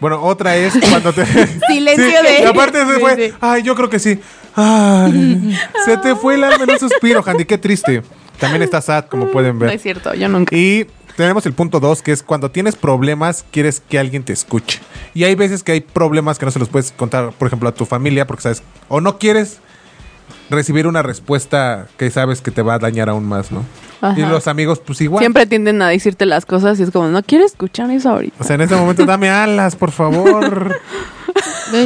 S4: Bueno, otra es cuando te.
S3: Silencio de-
S4: Y aparte se
S3: Sí,
S4: fue.
S3: sí.
S4: Ay, yo creo que sí. Ay, se te fue el alma en un suspiro, Handy. Qué triste. También está sad, como pueden
S5: No
S4: ver.
S5: es cierto, yo nunca.
S4: Y tenemos el punto 2, que es cuando tienes problemas, quieres que alguien te escuche. Y hay veces que hay problemas que no se los puedes contar, por ejemplo, a tu familia, porque sabes, o no quieres recibir una respuesta que sabes que te va a dañar aún más, ¿no?
S5: Ajá.
S4: Y los amigos, pues igual.
S5: Siempre tienden a decirte las cosas y es como, no quiero escuchar eso ahorita.
S4: O sea, en este momento, dame alas, por favor.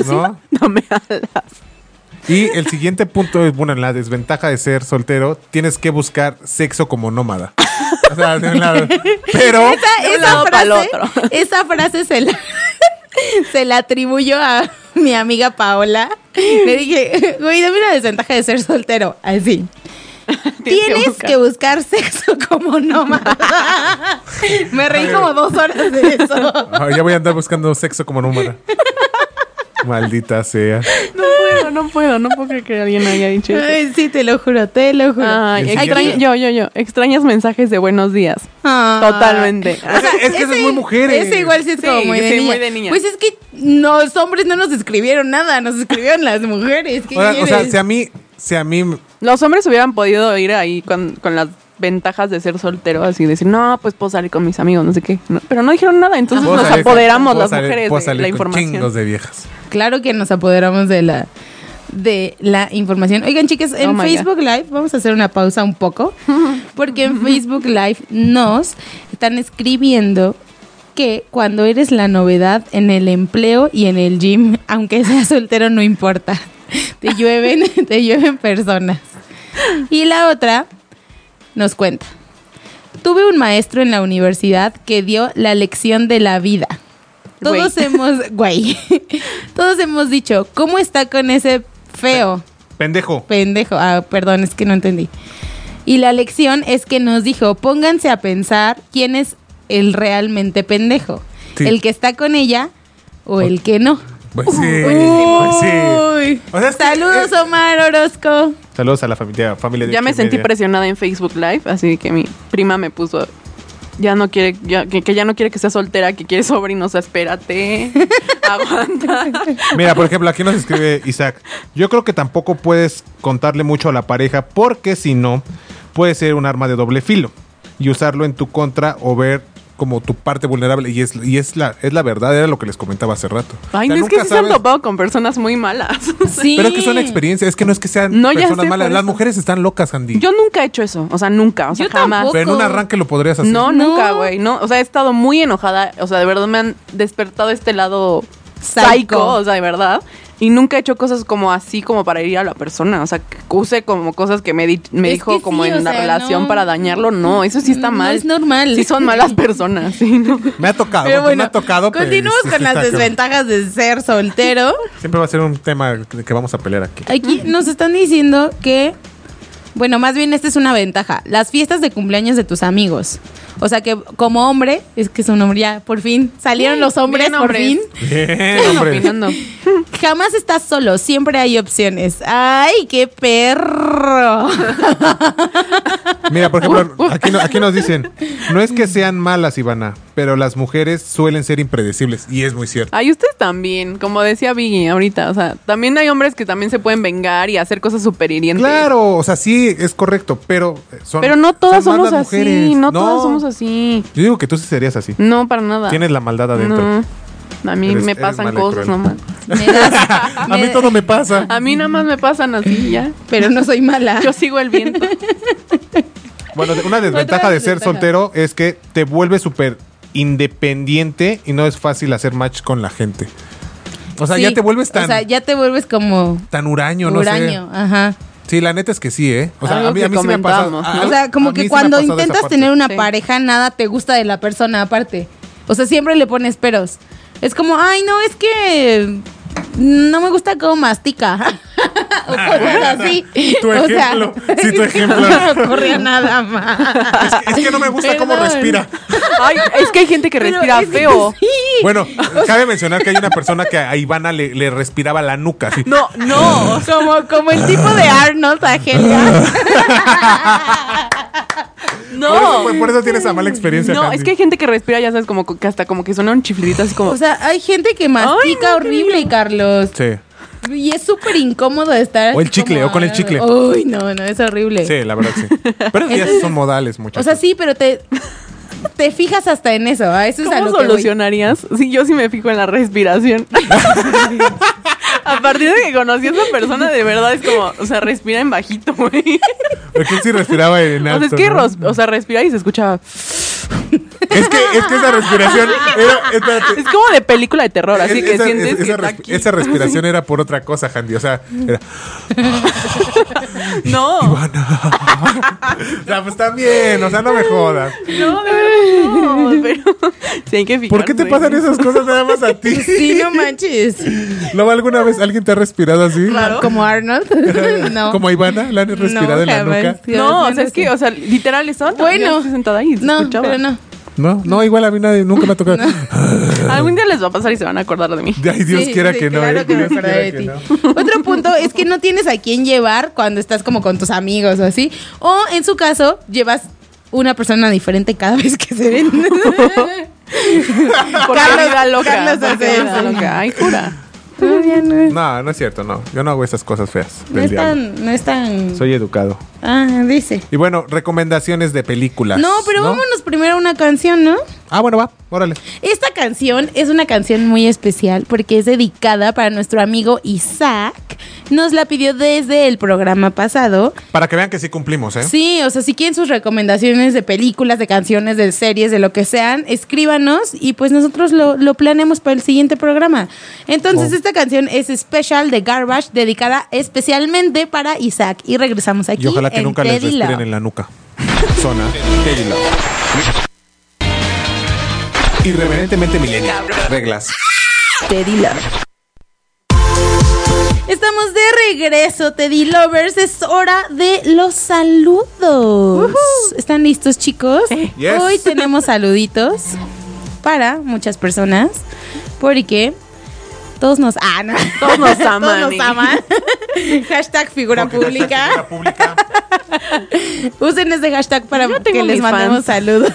S4: ¿No?
S5: No me alas.
S4: Y el siguiente punto es, bueno, en la desventaja de ser soltero, tienes que buscar sexo como nómada. O sea, de un lado. Pero...
S3: Esa,
S5: De un
S3: esa
S5: lado pa'l
S3: frase,
S5: otro.
S3: esa frase se la, se la atribuyo a mi amiga Paola. Le dije, güey, dame una desventaja de ser soltero. Así.
S5: Tienes que
S3: Tienes
S5: buscar.
S3: que buscar sexo como nómada. Me reí como dos horas de eso.
S4: Ah, ya voy a andar buscando sexo como número. Maldita sea.
S5: No puedo, no puedo, no puedo creer que alguien haya dicho eso.
S3: Ay, sí, te lo juro, te lo juro.
S5: Ay,
S4: El siguiente.
S5: extraño- yo, yo, yo. Extrañas mensajes de buenos días.
S3: Ah.
S5: Totalmente.
S4: O sea, es que eso es
S3: Ese-
S4: muy mujeres.
S3: Ese igual sí es
S5: Sí,
S3: como muy de,
S5: sí,
S3: niña.
S5: muy de niña.
S3: Pues es que los hombres no nos escribieron nada, nos escribieron las mujeres. ¿Qué
S4: O sea, o sea,
S3: quieres?
S4: si a mí, si a mí,
S5: Los hombres hubieran podido ir ahí con, con las ventajas de ser soltero, así decir, no, pues puedo salir con mis amigos, no sé qué. No, pero no dijeron nada, entonces
S4: Puedo
S5: nos
S4: salir con-
S5: apoderamos
S4: puedo
S5: las
S4: salir-
S5: mujeres
S4: puedo
S5: de
S4: salir
S5: la
S4: con
S5: información.
S4: chingos de viejas.
S3: Claro que nos apoderamos de la de la información. Oigan, chicas, en
S5: Oh my God.
S3: Facebook Live vamos a hacer una pausa un poco porque en Facebook Live nos están escribiendo que cuando eres la novedad en el empleo y en el gym, aunque seas soltero no importa. Te llueven, te llueven personas. Y la otra nos cuenta. Tuve un maestro en la universidad que dio la lección de la vida. Todos
S5: Güey.
S3: hemos, güey, todos hemos dicho, ¿cómo está con ese feo
S4: Pendejo.
S3: pendejo? Ah, perdón, es que no entendí. Y la lección es que nos dijo, pónganse a pensar quién es el realmente pendejo.
S4: Sí.
S3: El que está con ella o el que no.
S4: Pues sí. Pues sí.
S3: Uy.
S4: O sea, es que-
S3: Saludos,
S4: eh,
S3: Omar Orozco.
S4: Saludos a la familia. familia de
S5: Ya me sentí
S4: Wikimedia.
S5: presionada en Facebook Live, así que mi prima me puso ya no quiere ya- que, que ya no quiere que sea soltera, que quiere sobrino, o sea, espérate. aguanta.
S4: Mira, por ejemplo, aquí nos escribe Isaac. Yo creo que tampoco puedes contarle mucho a la pareja porque si no, puede ser un arma de doble filo y usarlo en tu contra o ver como tu parte vulnerable. Y es, y es, la, es la verdad, era lo que les comentaba hace rato.
S5: Ay,
S4: O sea,
S5: no es que
S4: nunca
S5: sí se han
S4: sabes-
S5: topado con personas muy malas.
S3: Sí.
S4: Pero es que son experiencias, es que no es que sean
S5: No, ya
S4: personas
S5: sé,
S4: malas.
S5: por
S4: Las
S5: eso.
S4: mujeres están locas, Andy.
S5: Yo nunca he hecho eso, o sea, nunca, o sea,
S3: Yo
S5: jamás.
S3: tampoco.
S4: Pero en un arranque lo podrías hacer.
S5: No,
S3: No.
S5: nunca, güey. No, o sea, he estado muy enojada. O sea, de verdad me han despertado este lado
S3: Psycho.
S5: psycho, o sea, de verdad. Y nunca he hecho cosas como así como para ir a la persona. O sea, que usé como cosas que me, di- me
S3: Es
S5: dijo
S3: que
S5: como
S3: sí, o
S5: en la
S3: sea,
S5: relación
S3: no.
S5: para dañarlo. No, eso sí está
S3: No
S5: mal.
S3: es normal.
S5: Sí son malas personas. sí, no.
S4: Me ha tocado,
S3: Pero
S4: me
S3: bueno,
S4: ha tocado. pero
S3: continuamos
S4: sí, sí
S3: con las
S4: está cabrón.
S3: desventajas de ser soltero.
S4: Siempre va a ser un tema de que vamos a pelear aquí.
S3: Aquí nos están diciendo que, bueno, más bien esta es una ventaja, las fiestas de cumpleaños de tus amigos. O sea que como hombre, es que es un hombre ya, por fin, salieron los hombres,
S5: bien,
S3: por
S5: hombres.
S3: fin.
S4: Bien,
S5: Siguen
S4: hombre.
S5: opinando.
S3: Jamás estás solo, siempre hay opciones. ¡Ay, qué perro!
S4: Mira, por
S5: Uh,
S4: ejemplo, aquí, no- aquí nos dicen, no es que sean malas, Ivana, pero las mujeres suelen ser impredecibles. Y es muy cierto.
S5: Ay, ustedes también, como decía Biggie ahorita, o sea, también hay hombres que también se pueden vengar y hacer cosas súper hirientes.
S4: Claro, o sea, sí, es correcto, pero eh, son...
S5: Pero no todas
S4: son
S5: somos
S4: malas mujeres.
S5: así, no, todas somos así.
S4: Yo digo que tú sí serías así.
S5: No, para nada.
S4: Tienes la maldad adentro.
S5: No, a mí
S4: Eres-
S5: me
S4: eres
S5: pasan
S4: mala y
S5: cosas
S4: cruel.
S5: nomás.
S3: Me das-
S4: A
S3: me-
S4: mí todo me pasa.
S5: A mí nada más me pasan así ya.
S3: Pero no soy mala.
S5: Yo sigo el viento.
S4: Bueno, de- una desventaja de ser
S3: desventaja.
S4: soltero es que te vuelves súper independiente y no es fácil hacer match con la gente. O sea,
S3: Sí,
S4: ya te vuelves tan,
S3: O sea, ya te vuelves como
S4: tan huraño, no sé.
S3: huraño, ajá.
S4: Sí, la neta es que sí, ¿eh? O sea,
S5: Algo
S4: a mí,
S5: que
S4: a mí sí me ha pasado.
S5: comentamos,
S4: a-
S5: ¿no?
S4: a-
S3: O sea, como
S4: a mí
S3: que
S4: sí me ha
S3: cuando
S4: pasado esa
S3: intentas
S4: parte.
S3: tener una
S5: Sí.
S3: pareja, nada te gusta de la persona aparte. O sea, siempre le pones peros. Es como, ay, no, es que no me gusta cómo mastica. o cosas así.
S4: Ah, Tu ejemplo,
S3: O sea,
S4: sí, tu
S3: es que
S4: ejemplo.
S3: No me ocurre nada más.
S4: Es que no me gusta cómo
S3: Perdón.
S4: respira.
S5: Ay, es que hay gente que
S3: Pero
S5: respira
S3: es que
S5: feo.
S3: sí.
S4: Bueno, cabe mencionar que hay una persona que a Ivana le, le respiraba la nuca. así.
S5: No, no.
S3: Como, como el tipo de Arnold Agelia.
S4: Por, eso, pues,
S5: No.
S4: por- por eso tiene esa mala experiencia.
S5: No,
S4: Candy.
S5: es que hay gente que respira, ya sabes, como que hasta como que suena un chiflidito así como.
S3: o sea, hay gente que mastica
S5: no,
S3: horrible, Carlos.
S4: Sí,
S3: Y es súper incómodo estar.
S4: O el
S3: así
S4: chicle,
S3: como-
S4: o con el chicle.
S3: Uy, no, no, es horrible.
S4: sí, la verdad sí. Pero esos ya
S3: Entonces-
S4: son modales,
S3: O
S4: muchachos.
S3: sea, sí, pero te, te fijas hasta en eso. A eso es a
S5: ¿Cómo
S3: lo que voy.
S5: solucionarías? Si yo sí me fijo en la respiración. A partir de que conocí a esa persona, de verdad es como, o sea, respira en bajito, güey.
S4: Porque él sí respiraba en
S5: O
S4: alto.
S5: sea, es que,
S4: ¿no?
S5: ros- o sea, respira y se escucha.
S4: Es que, es que esa respiración era. Espérate.
S5: Es como de película de terror, así
S4: Es-
S5: que
S4: esa,
S5: sientes
S4: es-
S5: que
S4: esa
S5: está
S4: resp-
S5: aquí.
S4: esa respiración era por otra cosa, Handy. O sea, era.
S5: No.
S4: O sea, pues también, o sea, no me jodas.
S5: No, de verdad, no, pero sí hay que fijarse.
S4: ¿Por qué te pasan esas cosas nada más a ti?
S3: Sí, no manches.
S4: ¿Luego alguna vez alguien te ha respirado así?
S3: Como Arnold. no.
S4: ¿Como a Ivana? ¿La han respirado en la
S3: jamás.
S4: nuca?
S3: Dios
S5: No,
S3: mío,
S5: o sea, es que,
S3: sé.
S5: o sea, literal eso.
S3: Bueno.
S5: yo estoy sentada ahí, y se
S3: No,
S5: escuchaba.
S3: pero no.
S4: No, no, igual a mí nadie, nunca me ha tocado.
S5: Algún día les va a pasar y se van a acordar de mí.
S4: Ay, Dios
S3: Sí,
S4: quiera
S3: sí,
S4: que no.
S3: claro
S4: eh,
S3: que me
S4: Dios
S3: acordaré
S4: quiera
S3: de
S4: que
S3: ti.
S4: no.
S3: Otro punto es que no tienes a quién llevar cuando estás como con tus amigos o así. O en su caso, llevas una persona diferente cada vez que se ven.
S5: Porque
S3: Carlos-
S5: vida loca.
S3: Carlos
S5: porque
S3: hace
S5: vida
S3: eso.
S5: loca. Ay, jura.
S3: Todavía no es,
S4: No, no es cierto, no. Yo no hago esas cosas feas.
S3: no
S4: del
S3: es
S4: diablo.
S3: tan... No es tan...
S4: Soy educado.
S3: Ah, dice.
S4: Y bueno, recomendaciones de películas.
S3: No, pero vámonos primero a una canción, ¿no?
S4: Ah, bueno, va. Órale.
S3: Esta canción es una canción muy especial porque es dedicada para nuestro amigo Isaac. Nos la pidió desde el programa pasado.
S4: Para que vean que sí cumplimos, ¿eh?
S3: Sí, o sea, si quieren sus recomendaciones de películas, de canciones, de series, de lo que sean, escríbanos y pues nosotros lo, lo planeamos para el siguiente programa.
S4: Oh.
S3: Entonces, esta canción es especial de Garbage, dedicada especialmente para Isaac. Y regresamos aquí.
S4: Y ojalá que
S3: en
S4: nunca les
S3: Teddy Love.
S4: respiren en la nuca. Zona. Teddy Love. Irreverentemente milenial. Reglas.
S5: Teddy Love.
S3: Estamos de regreso, Teddy Lovers. Es hora de los saludos. ¿Están listos, chicos?
S5: Eh.
S4: Yes.
S3: Hoy tenemos saluditos para muchas personas porque todos nos... Ah, no.
S5: Todos nos aman.
S3: Todos nos aman. ¿eh? hashtag figura pública.
S4: Figura pública.
S3: Usen ese hashtag para
S5: Yo tengo
S3: que les
S5: mis
S3: mandemos
S5: fans.
S3: saludos.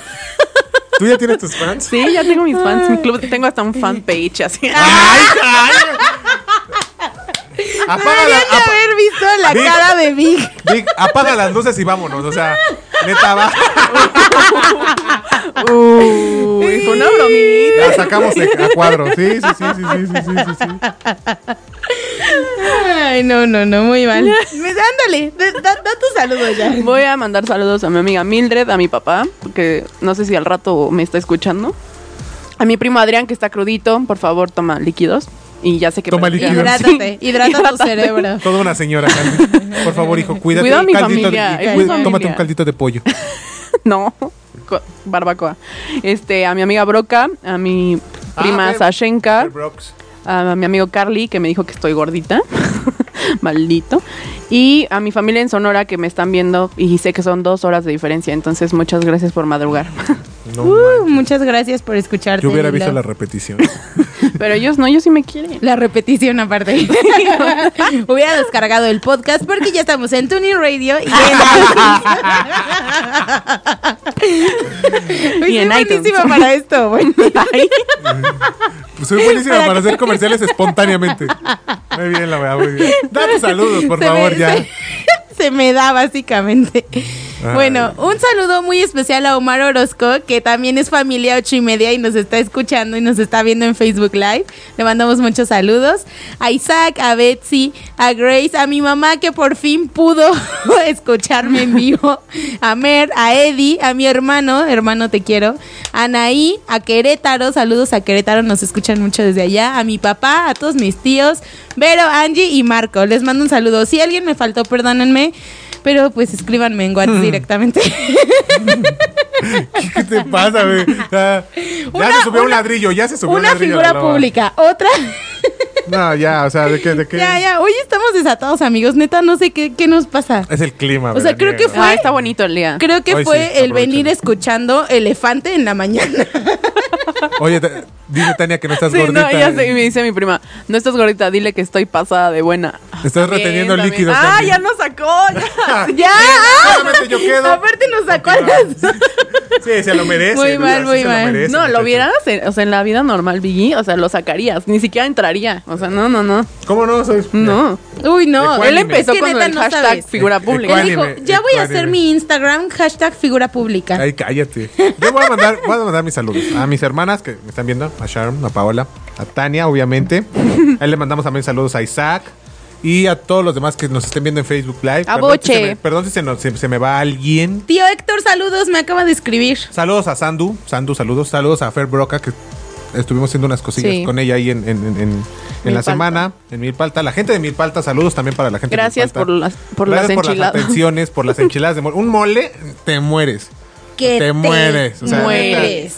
S4: ¿Tú ya tienes tus fans?
S5: Sí, ya tengo mis fans, mi club, tengo hasta un fanpage así.
S3: Ah,
S4: ¡Ay, ay! Apaga, la-
S3: Deberían de
S4: apa-
S3: haber visto la
S4: Vic.
S3: cara de Vic.
S4: Vic, apaga las luces y vámonos. O sea, neta, va.
S5: Uy, fue una bromita.
S4: La sacamos de- a cuadro. Sí, sí, sí, sí, sí, sí, sí, sí, sí.
S3: Ay, no, no, no, muy mal. Ándale, da, da- da tu saludo ya.
S5: Voy a mandar saludos a mi amiga Mildred, a mi papá, que no sé si al rato me está escuchando. A mi primo Adrián, que está crudito, por favor, toma líquidos. Y ya sé que...
S4: Toma
S5: practica.
S4: líquidos.
S3: Hidrátate,
S5: Sí,
S3: hidrata tu cerebro.
S4: Toda una señora. Candy. Por favor, hijo, cuídate.
S5: Cuida a
S4: un
S5: mi
S4: caldito de-
S5: familia,
S4: y
S5: es
S4: cuida-
S5: mi familia.
S4: tómate un caldito de pollo.
S5: No, co- barbacoa. Este, a mi amiga Broca, a mi prima
S4: Ah,
S5: Sashenka,
S4: Brooks.
S5: a mi amigo Carly, que me dijo que estoy gordita. Maldito. Y a mi familia en Sonora, que me están viendo y sé que son dos horas de diferencia. Entonces, muchas gracias por madrugar.
S4: No,
S3: Uh,
S4: man.
S3: muchas gracias por escucharte.
S4: Yo hubiera visto
S3: Lilo.
S4: la repetición. Pues
S5: Pero ellos no, ellos sí me quieren.
S3: La repetición aparte. hubiera descargado el podcast porque ya estamos en Tuning Radio y en Uy,
S5: Y
S3: soy
S5: en iTunes.
S3: buenísima para esto. güey.
S4: Pues soy buenísima para hacer comerciales espontáneamente. Muy bien, la verdad, muy bien. Date saludos, por
S3: Se me-
S4: favor, ya.
S3: Se, se me da básicamente. Bueno, un saludo muy especial a Omar Orozco, que también es familia ocho y media y nos está escuchando y nos está viendo en Facebook Live. Le mandamos muchos saludos. A Isaac, a Betsy, a Grace, a mi mamá que por fin pudo escucharme en vivo, a Mer, a Eddie, a mi hermano, hermano te quiero, a Anaí, a Querétaro, saludos a Querétaro, nos escuchan mucho desde allá, a mi papá, a todos mis tíos, Vero, Angie y Marco. Les mando un saludo. Si alguien me faltó, perdónenme. Pero pues escríbanme en
S4: Hmm.
S3: WhatsApp directamente.
S4: ¿Qué te pasa, güey? O sea, ya
S3: Una-
S4: se subió un
S3: una-
S4: ladrillo, ya se subió un
S3: Una
S4: ladrillo. a la
S3: figura
S4: lava.
S3: pública, otra.
S4: No, ya, o sea, ¿de qué? De qué?
S3: Ya, ya, hoy estamos desatados, amigos. Neta, no sé qué, qué nos pasa.
S4: Es el clima,
S3: O sea, creo
S4: veraniego.
S3: que fue-
S5: Ah, está bonito el día.
S3: Creo que
S4: Eh, Hoy sí,
S3: fue el
S4: aprovechen.
S3: venir escuchando Elefante en la mañana.
S4: Oye, te- dice Tania que no estás
S5: Sí,
S4: gordita. eh.
S5: no, ya sé, y me dice mi prima, no estás gordita, dile que estoy pasada de buena.
S4: Estás
S5: También,
S4: reteniendo
S5: también.
S4: líquidos.
S5: Ah,
S4: Tania.
S5: ya no sacó. Ya.
S3: ¡Ya!
S4: solamente yo quedo.
S3: Aparte nos sacó a las...
S4: Sí, se lo merece.
S3: Muy
S4: ¿no?
S3: mal,
S4: Sí
S3: muy
S4: se lo
S3: mal.
S4: merece,
S5: no, lo
S4: muchacho.
S5: vieras, en- o sea, en la vida normal, Biggie, o sea, lo sacarías, ni siquiera entraría. O sea, no, no, no.
S4: ¿Cómo no? Soy-
S5: No.
S3: Uy, no.
S4: Ecuánime.
S5: Él empezó
S3: Es que
S5: con
S3: neta
S5: el
S3: no
S5: hashtag
S3: sabes.
S5: figura
S4: Ecuánime.
S5: pública.
S3: Él dijo, ya voy a hacer mi Instagram hashtag figura pública.
S4: Ay, cállate. Yo voy a mandar, voy a mandar mis saludos a mis hermanas que me están viendo, a Sharon, a Paola, a Tania, obviamente. Ahí le mandamos también saludos a Isaac y a todos los demás que nos estén viendo en Facebook Live.
S5: A
S4: Perdón si
S5: Boche.
S4: se me- perdón si se, nos- se- se me va alguien.
S3: Tío Héctor, saludos, me acaba de escribir.
S4: Saludos a Sandu, Sandu, saludos, saludos a Fer Broca que estuvimos haciendo unas cosillas
S5: Sí.
S4: con ella ahí en, en- en- en- en la
S5: Milpalta.
S4: semana, en Milpalta. La gente de Milpalta, saludos también para la gente
S5: Gracias
S4: de Milpalta.
S5: por las- por
S4: Gracias
S5: las enchiladas.
S4: Por las atenciones, por las enchiladas de mole. Un mole, te mueres.
S3: Que te
S4: mueres. o sea, neta,
S3: mueres.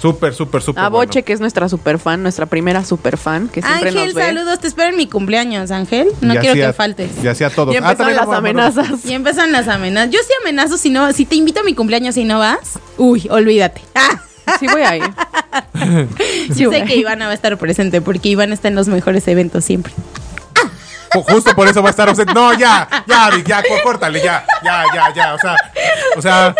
S4: Súper, súper, súper.
S5: A
S4: bueno.
S5: Ah, Boche, que es nuestra superfan, nuestra primera superfan, que siempre
S3: Ángel,
S5: nos ve.
S3: saludos, te espero en mi cumpleaños, Ángel. No
S4: Y
S3: quiero
S4: así
S3: que
S4: a-
S3: faltes.
S4: Y así a todos.
S5: Y
S4: Ah,
S5: empezaron
S4: también
S5: las
S4: vamos a mandar-
S5: amenazas.
S3: Y empiezan las amenazas. Yo sí amenazo si no, si te invito a mi cumpleaños y no vas, uy, olvídate. Ah,
S5: Sí voy a ir.
S3: sí, sé que Ivana va a estar presente porque Ivana está en los mejores eventos siempre.
S4: Ju- Justo por eso va a estar obsesivo. No, ya, ya, Vic, ya, co- córtale, ya, ya, ya, ya. O sea, o sea,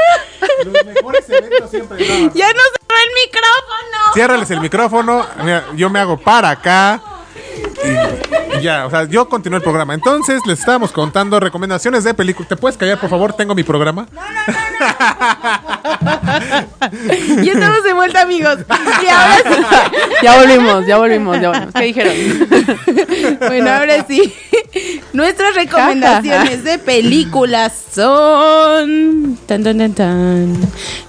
S4: los mejores eventos siempre. no.
S3: ¡Ya no cerró el micrófono!
S4: Ciérrales el micrófono. Mira, yo me hago para acá. Y- y ya, o sea, yo continué el programa. Entonces les estábamos contando recomendaciones de películas. ¿Te puedes callar, por favor? Tengo mi programa.
S3: Ya estamos de vuelta, amigos. Y ahora sí.
S5: Ya volvimos, ya volvimos, ya volvimos. ¿Qué dijeron?
S3: Bueno, ahora sí. Nuestras recomendaciones de películas son. Tan, tan, tan, tan.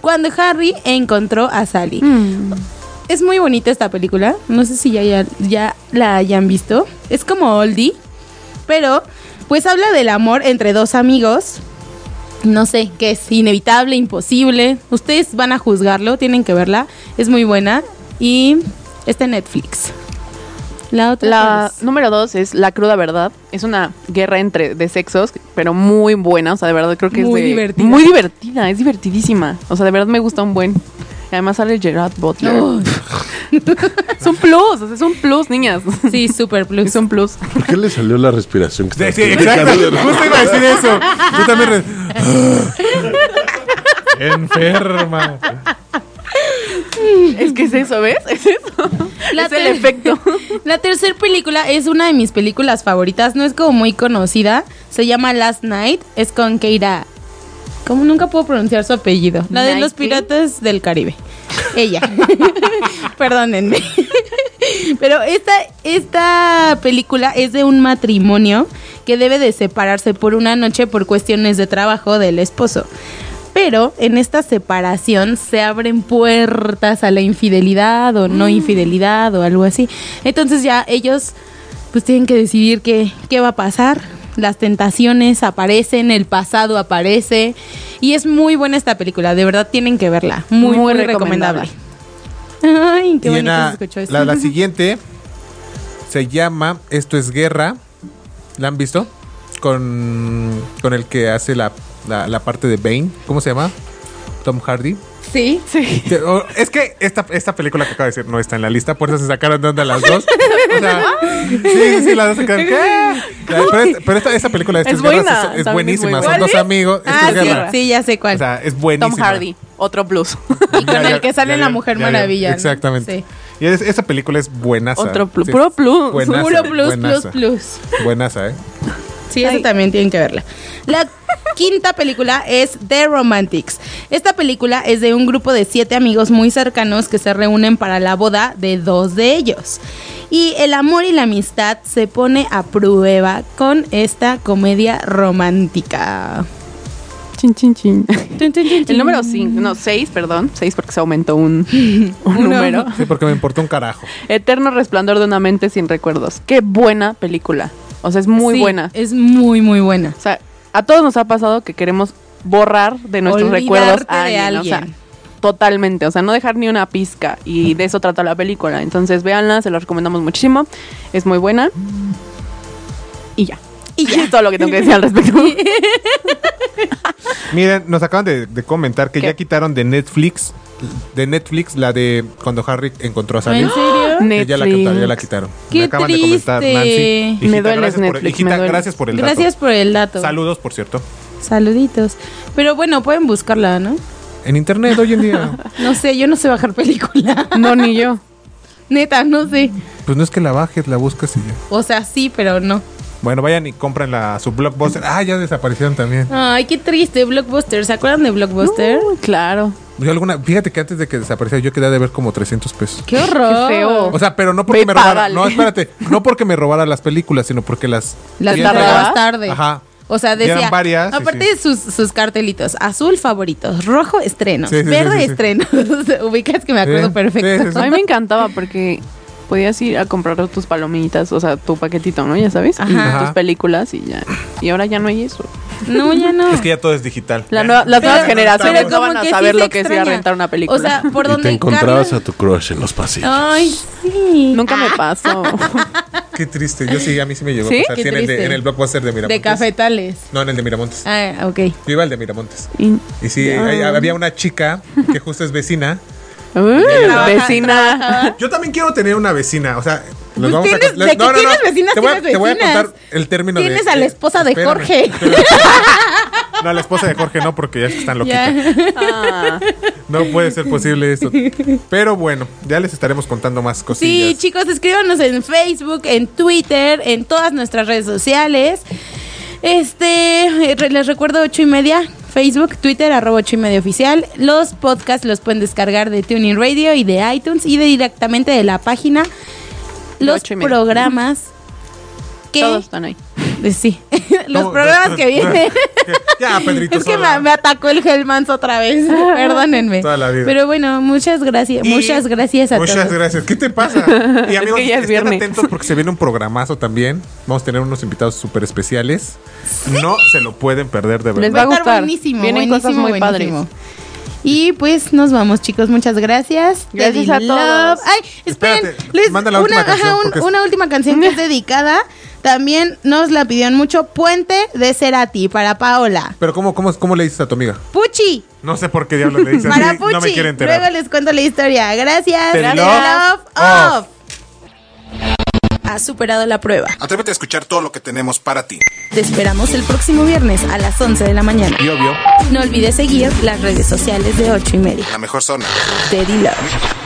S3: Cuando Harry encontró a Sally. Es muy bonita esta película. No sé si ya, ya, ya la hayan visto. Es como Oldie. Pero, pues habla del amor entre dos amigos. No sé, que es inevitable, imposible. Ustedes van a juzgarlo, tienen que verla. Es muy buena. Y está en Netflix. La otra. ¿cuál
S5: La
S3: es?
S5: número dos es La cruda verdad. Es una guerra entre de sexos, pero muy buena. O sea, de verdad creo que
S3: Muy
S5: es de-
S3: divertida.
S5: muy divertida. Es divertidísima. O sea, de verdad me gusta un buen. Y Además sale Gerard Butler.
S3: Uy.
S5: Es un plus, o sea, es un plus, niñas.
S3: Sí, super plus.
S5: Es un plus.
S6: ¿Por qué le salió la respiración? que
S4: Sí,
S6: estaba
S4: sí, exacto.
S6: platicando?
S4: Justo iba a decir eso. Yo también. re- Enferma.
S5: Es que es eso, ¿ves? Es eso.
S3: La
S5: es el
S3: ter-
S5: efecto.
S3: La tercera película es una de mis películas favoritas, no es como muy conocida. Se llama Last Night, es con Keira. Como nunca puedo pronunciar su apellido. La de los
S5: Knightley.
S3: piratas del Caribe. Ella. Perdónenme. Pero esta, esta película es de un matrimonio que debe de separarse por una noche por cuestiones de trabajo del esposo. Pero en esta separación se abren puertas a la infidelidad o no infidelidad o algo así. Entonces ya ellos pues tienen que decidir qué, qué va a pasar. Las tentaciones aparecen, el pasado aparece. Y es muy buena esta película, de verdad tienen que verla. Muy, muy,
S5: Muy
S3: recomendable.
S5: recomendable.
S3: Ay, qué
S4: Y
S3: bonito
S4: en la-
S3: se escuchó eso.
S4: la, la siguiente se llama Esto es Guerra. ¿La han visto? Con, con el que hace la, la- la parte de Bane. ¿Cómo se llama? Tom Hardy.
S3: Sí.
S5: Sí.
S4: Te- o- Es que esta, esta película que acabo de decir no está en la lista, por eso se sacaron de onda las dos. O sea, sí, sí, sí, las dos sacaron. ¿Qué? La- Pero, es- pero esta, esta película de
S5: Es
S4: Estos Guerras
S5: buena,
S4: es- es,
S5: también es
S4: buenísima.
S5: muy
S4: Son
S5: buena.
S4: dos amigos. Esto
S3: Ah,
S4: es
S3: sí,
S4: guerra.
S3: sí, ya sé cuál.
S4: O sea, es buenísima.
S5: Tom Hardy, otro plus.
S3: y con el que sale la Mujer Maravilla. ¿no?
S4: Exactamente.
S3: Sí.
S4: Y es- esa película es buenaza.
S5: Otro plus.
S4: Sí,
S5: Puro plus.
S4: Buenaza,
S3: Puro plus,
S4: buenaza.
S3: plus, plus.
S4: Buenaza, ¿eh?
S3: Sí, eso
S5: Ay.
S3: también tienen que verla. La quinta película es The Romantics. Esta película es de un grupo de siete amigos muy cercanos que se reúnen para la boda de dos de ellos. Y el amor y la amistad se pone a prueba con esta comedia romántica.
S5: Chin, chin, chin. El número 5, no, 6, perdón. 6 porque se aumentó un, un número.
S4: Sí, porque me importa un carajo.
S5: Eterno resplandor de una mente sin recuerdos. Qué buena película. O sea, es muy
S3: Sí,
S5: buena.
S3: Es muy, muy buena.
S5: O sea, a todos nos ha pasado que queremos borrar de nuestros
S3: Olvidarte
S5: recuerdos a
S3: de
S5: alguien. O sea,
S3: alguien.
S5: totalmente. O sea, no dejar ni una pizca. Y de eso trata la película. Entonces, véanla, se la recomendamos muchísimo. Es muy buena. Y ya.
S3: Y ya.
S5: Es todo lo que tengo que decir al respecto.
S4: Miren, nos acaban de, de comentar que
S5: ¿Qué?
S4: ya quitaron de Netflix, de Netflix la de cuando Harry encontró a Sally.
S3: ¿En serio?
S4: Que Ya la quitaron, ya la quitaron.
S3: Qué
S4: me acaban de comentar,
S3: triste.
S4: Nancy.
S3: Me
S4: Hijita,
S5: duele
S4: gracias por,
S5: Netflix,
S4: hijita,
S5: me duele.
S4: gracias por el
S3: Gracias
S4: dato.
S3: por el dato.
S4: Saludos, por cierto.
S3: Saluditos. Pero bueno, pueden buscarla, ¿no?
S4: En internet hoy en día.
S3: No sé, yo no sé bajar película.
S5: No, ni yo.
S3: Neta, no sé.
S4: Pues no es que la bajes, la buscas y ya.
S3: O sea, sí, pero no.
S4: Bueno, vayan y compren la, su blockbuster. Ah, ya desaparecieron también.
S3: Ay, qué triste, Blockbuster. ¿Se acuerdan de Blockbuster?
S5: No, claro.
S4: Yo alguna, fíjate que antes de que desapareciera yo quedé de ver como 300 pesos.
S3: ¡Qué horror!
S5: Qué feo.
S4: O sea, pero no porque
S5: Ve,
S4: me robara.
S5: págale.
S4: No, espérate. No porque me robara las películas, sino porque las.
S3: Las
S4: ya-
S3: cargabas tarde.
S4: Ajá.
S3: O sea,
S4: Y eran
S3: decía,
S4: varias, sí,
S3: aparte
S4: sí.
S3: de sus, sus cartelitos, azul favoritos, rojo estrenos,
S4: Sí, sí, sí,
S3: verde
S4: sí, sí.
S3: estrenos. Ubicas que me acuerdo
S4: Sí,
S3: perfecto.
S4: sí, sí,
S5: A mí me encantaba porque podías ir a comprar tus palomitas, o sea, tu paquetito, ¿no? Ya sabes, y
S3: Ajá.
S5: tus películas y ya. Y ahora ya no hay eso.
S3: No, ya no.
S4: Es que ya todo es digital.
S5: La nueva- las
S3: Pero-
S5: nuevas generaciones
S3: pero
S5: no van
S3: como
S5: a
S3: que sí
S5: saber
S3: se
S5: lo que es ir a
S3: extraña.
S5: rentar una película.
S3: O sea, por
S6: Y
S3: donde
S6: te encontrabas
S3: Carla-
S6: a tu crush en los pasillos.
S3: Ay, sí.
S5: nunca me pasó.
S4: Qué triste. Yo sí, a mí sí me llegó
S5: ¿Sí?
S4: a pasar.
S3: Qué
S4: Sí, en, el de-
S3: triste.
S4: en el blockbuster de Miramontes.
S3: de cafetales.
S4: No, en el de Miramontes.
S3: Ah, ok.
S4: Yo iba al de Miramontes.
S5: Y-
S4: Y sí, ahí había una chica que justo es vecina.
S5: Uy,
S4: Trabaja-
S5: uh, vecina.
S4: Yo también quiero tener una vecina. O sea,
S3: Pues
S4: los vamos a
S3: tienes-
S4: les-
S3: de que tienes vecinas,
S4: te voy a,
S3: tienes
S4: te voy a
S3: vecinas.
S4: contar el término de-
S3: Tienes a la esposa de
S4: eh, Espérame.
S3: Jorge.
S4: No, la esposa de Jorge no, porque ya están loquitas.
S3: Ya.
S4: No puede ser posible esto. Pero bueno, ya les estaremos contando más
S3: Sí,
S4: cosillas.
S3: chicos, escríbanos en Facebook, en Twitter, en todas nuestras redes sociales. Este, eh, re- les recuerdo ocho y media, Facebook, Twitter, arroba ocho y media oficial. Los podcasts los pueden descargar de Tuning Radio y de iTunes y de- directamente de la página.
S5: De
S3: Los
S5: ocho y media.
S3: programas que...
S5: Todos están ahí.
S3: Eh, Sí, los
S4: No,
S3: programas
S4: no,
S3: que
S4: no,
S3: vienen.
S4: Ya, Pedrito.
S3: Es que
S4: Sola.
S3: me, me atacó el Hellmans otra vez, perdónenme.
S4: Toda la vida.
S3: Pero bueno, muchas gracias,
S4: Y-
S3: muchas gracias a
S4: Muchas
S3: todos.
S4: gracias. ¿Qué te pasa? Y amigos,
S5: que ya es
S4: estén
S5: viernes.
S4: atentos porque se viene un programazo también. Vamos a tener unos invitados súper especiales. No se lo pueden perder de
S5: Les
S4: verdad.
S5: va a
S3: estar
S5: gustar.
S3: buenísimo.
S5: Vienen
S3: buenísimo,
S5: cosas muy
S3: buenísimo. Y pues nos vamos, chicos. Muchas gracias.
S5: Gracias a todos.
S3: Ay, esperen.
S4: Espérate,
S3: les-
S4: manda la
S3: una,
S4: última
S3: ajá,
S4: canción,
S3: un-
S4: porque es-
S3: una última canción que es dedicada. También nos la pidieron mucho. Puente de Cerati para Paola.
S4: Pero ¿cómo, cómo, ¿cómo le dices a tu amiga?
S3: Puchi.
S4: No sé por qué diablos le dices
S3: Para
S4: así.
S3: Puchi.
S4: No me quiere enterar.
S3: Luego les cuento la historia. Gracias.
S4: Te
S3: Gracias.
S4: love
S3: Love off. Ha superado la prueba.
S2: Atrévete a escuchar todo lo que tenemos para ti.
S3: Te esperamos el próximo viernes a las 11 de la mañana.
S4: Y obvio.
S3: No olvides seguir las redes sociales de 8 y media.
S2: La mejor zona.
S3: Teddy Love.